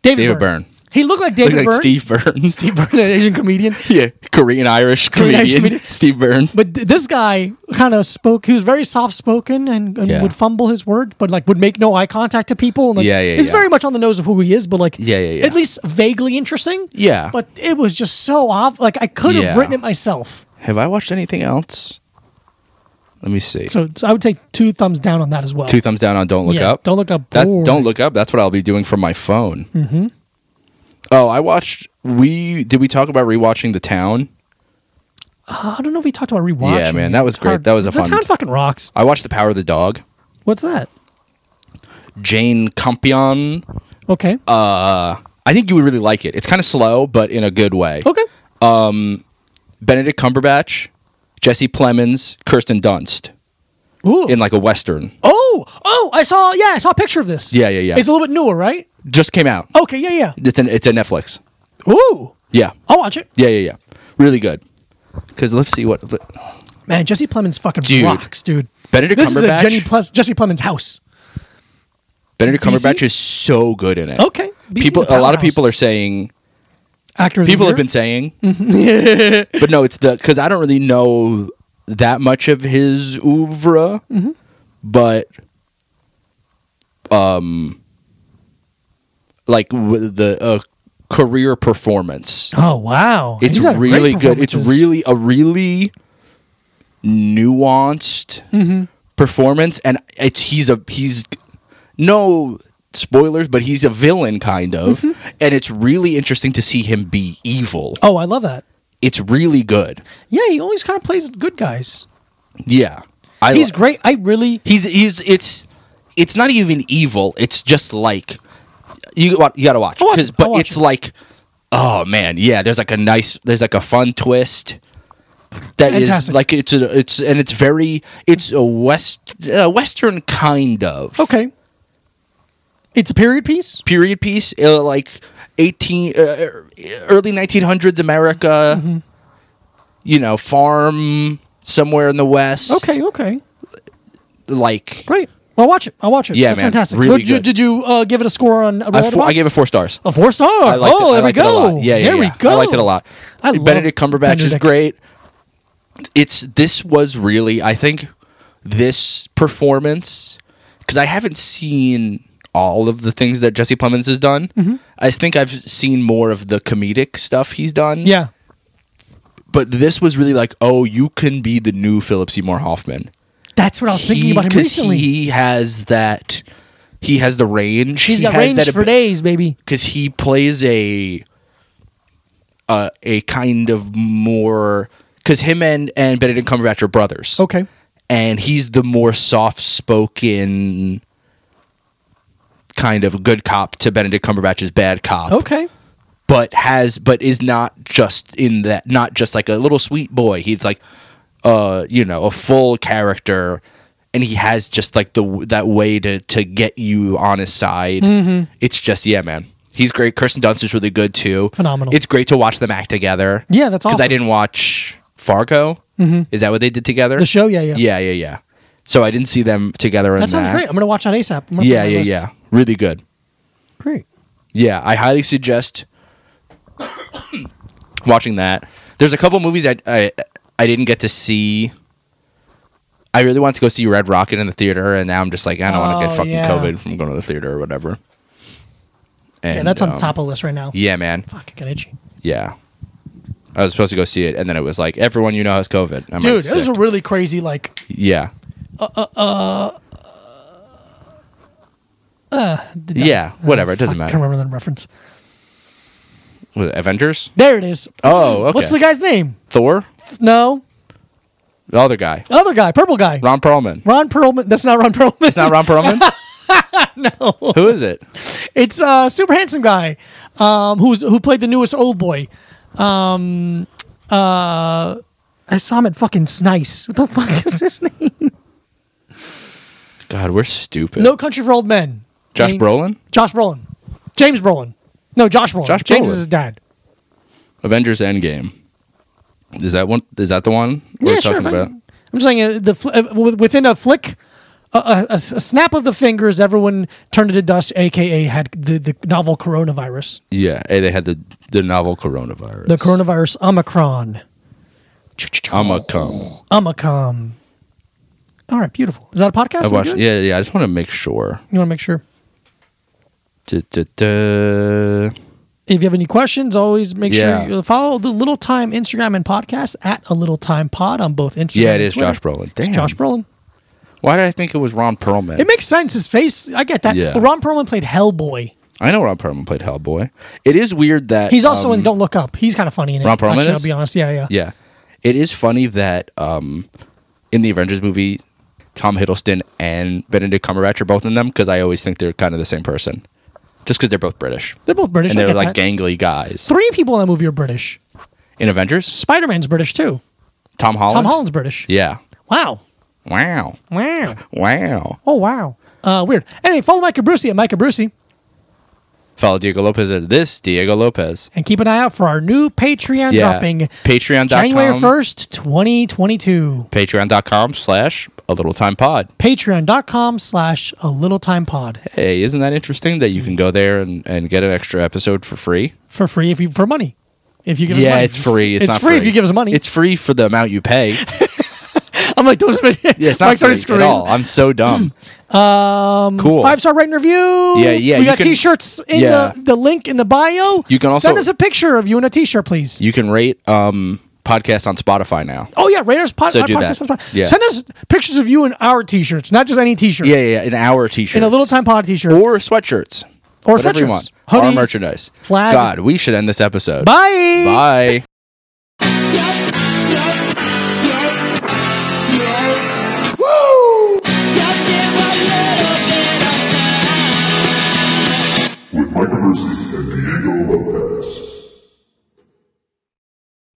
[SPEAKER 1] David,
[SPEAKER 2] David Byrne.
[SPEAKER 1] He looked like
[SPEAKER 2] Look
[SPEAKER 1] David
[SPEAKER 2] like
[SPEAKER 1] Byrne.
[SPEAKER 2] Steve Burns.
[SPEAKER 1] Steve Byrne, an Asian comedian.
[SPEAKER 2] yeah, Korean Irish
[SPEAKER 1] Korean
[SPEAKER 2] comedian.
[SPEAKER 1] Irish comedian.
[SPEAKER 2] Steve Byrne.
[SPEAKER 1] But th- this guy kind of spoke. He was very soft spoken and, and
[SPEAKER 2] Yeah.
[SPEAKER 1] would fumble his word, but like would make no eye contact to people. And like,
[SPEAKER 2] Yeah, yeah,
[SPEAKER 1] It's
[SPEAKER 2] yeah.
[SPEAKER 1] very much on the nose of who he is, but like,
[SPEAKER 2] Yeah, yeah, yeah.
[SPEAKER 1] at least vaguely interesting.
[SPEAKER 2] Yeah.
[SPEAKER 1] But it was just so off. Like I could have
[SPEAKER 2] Yeah.
[SPEAKER 1] written it myself.
[SPEAKER 2] Have I watched anything else? Let me see.
[SPEAKER 1] So, so I would say two thumbs down on that as well.
[SPEAKER 2] Two thumbs down on Don't Look
[SPEAKER 1] Yeah,
[SPEAKER 2] Up.
[SPEAKER 1] Don't Look Up,
[SPEAKER 2] That's
[SPEAKER 1] boring.
[SPEAKER 2] Don't Look Up. That's what I'll be doing from my phone. Mm-hmm. Oh, I watched. We did we talk about rewatching The Town?
[SPEAKER 1] Uh, I don't know if we talked about rewatching.
[SPEAKER 2] Yeah, man,
[SPEAKER 1] it.
[SPEAKER 2] that was
[SPEAKER 1] It's
[SPEAKER 2] great.
[SPEAKER 1] hard.
[SPEAKER 2] That was a
[SPEAKER 1] the
[SPEAKER 2] fun-
[SPEAKER 1] town fucking rocks.
[SPEAKER 2] I watched The Power of the Dog.
[SPEAKER 1] What's that?
[SPEAKER 2] Jane Campion.
[SPEAKER 1] Okay.
[SPEAKER 2] Uh, I think you would really like it. It's kind of slow, but in a good way.
[SPEAKER 1] okay.
[SPEAKER 2] Benedict Cumberbatch, Jesse Plemons, Kirsten Dunst
[SPEAKER 1] Ooh.
[SPEAKER 2] in like a western.
[SPEAKER 1] oh, oh, I saw. Yeah, I saw a picture of this.
[SPEAKER 2] Yeah, yeah, yeah.
[SPEAKER 1] It's a little bit newer, right?
[SPEAKER 2] Just came out.
[SPEAKER 1] Okay. Yeah, yeah.
[SPEAKER 2] It's an, it's a Netflix.
[SPEAKER 1] Ooh.
[SPEAKER 2] Yeah,
[SPEAKER 1] I'll watch it.
[SPEAKER 2] yeah, yeah, yeah. Really good. Because let's see what
[SPEAKER 1] Man, Jesse Plemons fucking
[SPEAKER 2] Dude.
[SPEAKER 1] rocks, dude.
[SPEAKER 2] Benedict
[SPEAKER 1] this is a
[SPEAKER 2] Cumberbatch?
[SPEAKER 1] Jenny Ples- Jesse Plemons house.
[SPEAKER 2] Benedict
[SPEAKER 1] BC?
[SPEAKER 2] Cumberbatch is so good in it.
[SPEAKER 1] Okay. BC is
[SPEAKER 2] people. A lot of
[SPEAKER 1] powerhouse.
[SPEAKER 2] people are saying
[SPEAKER 1] Actor. of the
[SPEAKER 2] people have
[SPEAKER 1] year?
[SPEAKER 2] been saying,
[SPEAKER 1] Mm-hmm.
[SPEAKER 2] but no, it's the because I don't really know that much of his oeuvre,
[SPEAKER 1] Mm-hmm.
[SPEAKER 2] but um, like w- the uh, career performance.
[SPEAKER 1] Oh wow.
[SPEAKER 2] It's
[SPEAKER 1] He's had great
[SPEAKER 2] really good. It's
[SPEAKER 1] performances.
[SPEAKER 2] really a really nuanced
[SPEAKER 1] Mm-hmm.
[SPEAKER 2] performance, and it's he's a he's no spoilers, but he's a villain kind of,
[SPEAKER 1] Mm-hmm.
[SPEAKER 2] and it's really interesting to see him be evil.
[SPEAKER 1] Oh, I love that.
[SPEAKER 2] It's really good.
[SPEAKER 1] Yeah, he always kind of plays good guys.
[SPEAKER 2] Yeah, I
[SPEAKER 1] He's
[SPEAKER 2] li-
[SPEAKER 1] great. I really.
[SPEAKER 2] He's he's it's it's not even evil. It's just like you wa- you gotta watch
[SPEAKER 1] I'll watch it.
[SPEAKER 2] 'Cause-
[SPEAKER 1] I'll
[SPEAKER 2] but
[SPEAKER 1] watch
[SPEAKER 2] it's
[SPEAKER 1] it.
[SPEAKER 2] like oh man, yeah. There's like a nice there's like a fun twist that is
[SPEAKER 1] Fantastic.
[SPEAKER 2] like it's a, it's and it's very it's a west uh, western kind of
[SPEAKER 1] Okay. It's a period piece.
[SPEAKER 2] period piece uh, like 18 uh, early 1900s America.
[SPEAKER 1] Mm-hmm.
[SPEAKER 2] You know, farm somewhere in the west.
[SPEAKER 1] Okay. Okay.
[SPEAKER 2] like
[SPEAKER 1] Great. I'll watch it. I'll watch it.
[SPEAKER 2] Yeah,
[SPEAKER 1] That's
[SPEAKER 2] man.
[SPEAKER 1] fantastic.
[SPEAKER 2] Really
[SPEAKER 1] did, you,
[SPEAKER 2] good.
[SPEAKER 1] did you uh, give it a score on?
[SPEAKER 2] I,
[SPEAKER 1] Rotten
[SPEAKER 2] fo- I
[SPEAKER 1] Tomatoes?
[SPEAKER 2] gave it four stars.
[SPEAKER 1] A four star.
[SPEAKER 2] I liked
[SPEAKER 1] oh,
[SPEAKER 2] it.
[SPEAKER 1] there
[SPEAKER 2] I
[SPEAKER 1] we
[SPEAKER 2] liked it a
[SPEAKER 1] go.
[SPEAKER 2] lot. Yeah, yeah,
[SPEAKER 1] there we
[SPEAKER 2] yeah.
[SPEAKER 1] go.
[SPEAKER 2] I liked it a lot.
[SPEAKER 1] I love
[SPEAKER 2] Benedict Cumberbatch is
[SPEAKER 1] Benedict.
[SPEAKER 2] great. It's this was really I think this performance because I haven't seen all of the things that Jesse Plemons has done.
[SPEAKER 1] Mm-hmm.
[SPEAKER 2] I think I've seen more of the comedic stuff he's done.
[SPEAKER 1] Yeah.
[SPEAKER 2] but this was really like, oh, you can be the new Philip Seymour Hoffman.
[SPEAKER 1] That's what I was thinking
[SPEAKER 2] He-
[SPEAKER 1] about him
[SPEAKER 2] 'cause
[SPEAKER 1] recently.
[SPEAKER 2] He has that. He has the range.
[SPEAKER 1] He's
[SPEAKER 2] he
[SPEAKER 1] got
[SPEAKER 2] has
[SPEAKER 1] range
[SPEAKER 2] that
[SPEAKER 1] for
[SPEAKER 2] abi-
[SPEAKER 1] days, baby.
[SPEAKER 2] because he plays a uh, a kind of more because him and and Benedict Cumberbatch are brothers.
[SPEAKER 1] Okay.
[SPEAKER 2] and he's the more soft spoken kind of good cop to Benedict Cumberbatch's bad cop.
[SPEAKER 1] Okay.
[SPEAKER 2] but has but is not just in that not just like a little sweet boy. He's like uh you know a full character. And he has just like the that way to to get you on his side.
[SPEAKER 1] Mm-hmm.
[SPEAKER 2] It's just yeah, man. He's great. Kirsten Dunst is really good too.
[SPEAKER 1] Phenomenal.
[SPEAKER 2] It's great to watch them act together.
[SPEAKER 1] Yeah, that's
[SPEAKER 2] Because
[SPEAKER 1] awesome.
[SPEAKER 2] I
[SPEAKER 1] Mm-hmm.
[SPEAKER 2] didn't watch Fargo. Is that what they did together?
[SPEAKER 1] The show, yeah, yeah.
[SPEAKER 2] Yeah, yeah, yeah. So I didn't see them together in
[SPEAKER 1] That
[SPEAKER 2] that.
[SPEAKER 1] sounds great. I'm gonna watch that ASAP. I'm gonna put it
[SPEAKER 2] Yeah,
[SPEAKER 1] on my
[SPEAKER 2] yeah,
[SPEAKER 1] list.
[SPEAKER 2] yeah. Really good.
[SPEAKER 1] Great.
[SPEAKER 2] Yeah, I highly suggest watching that. There's a couple movies I, I I didn't get to see. I really wanted to go see Red Rocket in the theater, and now I'm just like, I don't want to
[SPEAKER 1] Oh,
[SPEAKER 2] get fucking
[SPEAKER 1] yeah.
[SPEAKER 2] COVID from going to the theater or whatever. And,
[SPEAKER 1] yeah, that's on
[SPEAKER 2] um,
[SPEAKER 1] top of the list right now.
[SPEAKER 2] Yeah, man.
[SPEAKER 1] Fuck, I got itchy.
[SPEAKER 2] Yeah. I was supposed to go see it, and then it was like, everyone you know has COVID. I'm
[SPEAKER 1] Dude,
[SPEAKER 2] like,
[SPEAKER 1] it was a
[SPEAKER 2] sick.
[SPEAKER 1] really crazy like
[SPEAKER 2] yeah. yeah, whatever. It doesn't
[SPEAKER 1] Oh, I
[SPEAKER 2] matter.
[SPEAKER 1] can't remember the reference.
[SPEAKER 2] Was it Avengers?
[SPEAKER 1] There it is.
[SPEAKER 2] Oh, okay.
[SPEAKER 1] What's the guy's name?
[SPEAKER 2] Thor?
[SPEAKER 1] No.
[SPEAKER 2] The other guy.
[SPEAKER 1] Other guy, purple guy.
[SPEAKER 2] Ron Perlman.
[SPEAKER 1] Ron Perlman. That's not Ron Perlman.
[SPEAKER 2] It's not Ron Perlman? no. Who is it?
[SPEAKER 1] It's a super handsome guy um, who's who played the newest old boy. Um, uh, I saw him at fucking Snice. What the fuck is his name?
[SPEAKER 2] God, we're stupid.
[SPEAKER 1] No Country for Old Men.
[SPEAKER 2] Josh
[SPEAKER 1] Jane-
[SPEAKER 2] Brolin?
[SPEAKER 1] Josh Brolin. James Brolin. No, Josh Brolin.
[SPEAKER 2] Josh
[SPEAKER 1] James
[SPEAKER 2] Brolin.
[SPEAKER 1] is his dad.
[SPEAKER 2] Avengers Endgame. Is that one? Is that the one
[SPEAKER 1] yeah, sure. if I- I'm just saying uh, the fl- uh, w- within a flick a, a- a s- a snap of the fingers, everyone turned into dust, aka had the, the novel coronavirus,
[SPEAKER 2] Yeah, and it had the the novel coronavirus.
[SPEAKER 1] the coronavirus Omicron.
[SPEAKER 2] I'm a cum.
[SPEAKER 1] Omicron. All right, beautiful. Is that a podcast?
[SPEAKER 2] I
[SPEAKER 1] Are we
[SPEAKER 2] watched.
[SPEAKER 1] good?
[SPEAKER 2] Yeah, yeah. I just want to make sure.
[SPEAKER 1] You want to make sure.
[SPEAKER 2] Duh, duh, duh.
[SPEAKER 1] If you have any questions, always make
[SPEAKER 2] Yeah.
[SPEAKER 1] sure you follow the Little Time Instagram and podcast at a Little Time Pod on both Instagram.
[SPEAKER 2] Yeah, it
[SPEAKER 1] and
[SPEAKER 2] is
[SPEAKER 1] Twitter.
[SPEAKER 2] Josh Brolin.
[SPEAKER 1] It's
[SPEAKER 2] Damn.
[SPEAKER 1] Josh Brolin.
[SPEAKER 2] Why did I think it was Ron Perlman?
[SPEAKER 1] It makes sense. His face, I get that.
[SPEAKER 2] Yeah.
[SPEAKER 1] But Ron Perlman played Hellboy.
[SPEAKER 2] I know Ron Perlman played Hellboy. It is weird that
[SPEAKER 1] He's also
[SPEAKER 2] um,
[SPEAKER 1] in Don't Look Up. He's kind of funny in it.
[SPEAKER 2] Ron Perlman
[SPEAKER 1] Actually,
[SPEAKER 2] is?
[SPEAKER 1] I'll be honest. Yeah, yeah.
[SPEAKER 2] Yeah, it is funny that um, in the Avengers movie, Tom Hiddleston and Benedict Cumberbatch are both in them because I always think they're kind of the same person, just because they're both British
[SPEAKER 1] They're both British.
[SPEAKER 2] and
[SPEAKER 1] I
[SPEAKER 2] they're
[SPEAKER 1] get
[SPEAKER 2] like
[SPEAKER 1] that.
[SPEAKER 2] gangly guys.
[SPEAKER 1] Three people in that movie are British.
[SPEAKER 2] In Avengers,
[SPEAKER 1] Spider Man's British too.
[SPEAKER 2] Tom Holland.
[SPEAKER 1] Tom Holland's British.
[SPEAKER 2] Yeah.
[SPEAKER 1] Wow.
[SPEAKER 2] Wow.
[SPEAKER 1] Wow.
[SPEAKER 2] Wow.
[SPEAKER 1] Oh, wow. Uh, weird. Anyway, follow Micah Brucey at Micah Brucey.
[SPEAKER 2] Follow Diego Lopez at this Diego Lopez.
[SPEAKER 1] and keep an eye out for our new Patreon
[SPEAKER 2] Yeah.
[SPEAKER 1] dropping
[SPEAKER 2] Patreon.com.
[SPEAKER 1] January 1st, 2022.
[SPEAKER 2] Patreon.com slash a little time pod.
[SPEAKER 1] Patreon.com slash a little time pod
[SPEAKER 2] Hey, isn't that interesting that you can go there and, and get an extra episode for free?
[SPEAKER 1] for free if you for money. If you give us
[SPEAKER 2] yeah,
[SPEAKER 1] money.
[SPEAKER 2] it's free. It's, not
[SPEAKER 1] free, if you give us money.
[SPEAKER 2] It's free for the amount you pay.
[SPEAKER 1] I'm like, don't
[SPEAKER 2] Yeah, it's not free at all. I'm so dumb. um, cool.
[SPEAKER 1] Five star rating review.
[SPEAKER 2] Yeah, yeah,
[SPEAKER 1] We
[SPEAKER 2] you
[SPEAKER 1] got
[SPEAKER 2] can-
[SPEAKER 1] t shirts in
[SPEAKER 2] yeah.
[SPEAKER 1] the, the link in the bio.
[SPEAKER 2] You can
[SPEAKER 1] send
[SPEAKER 2] also-
[SPEAKER 1] us a picture of you in a t shirt, please.
[SPEAKER 2] you can rate um, podcasts on Spotify now.
[SPEAKER 1] Oh yeah, Raiders pod,
[SPEAKER 2] So
[SPEAKER 1] uh,
[SPEAKER 2] do
[SPEAKER 1] podcast.
[SPEAKER 2] that. Yeah.
[SPEAKER 1] Send us pictures of you in our t-shirts, not just any t-shirt.
[SPEAKER 2] Yeah, yeah, yeah, an hour t-shirt.
[SPEAKER 1] in a little time pod t-shirt
[SPEAKER 2] Or sweatshirts.
[SPEAKER 1] Or
[SPEAKER 2] Whatever you
[SPEAKER 1] sweatshirts.
[SPEAKER 2] want.
[SPEAKER 1] Hoodies.
[SPEAKER 2] Or merchandise.
[SPEAKER 1] Flag.
[SPEAKER 2] God, we should end this episode.
[SPEAKER 1] Bye.
[SPEAKER 2] Bye.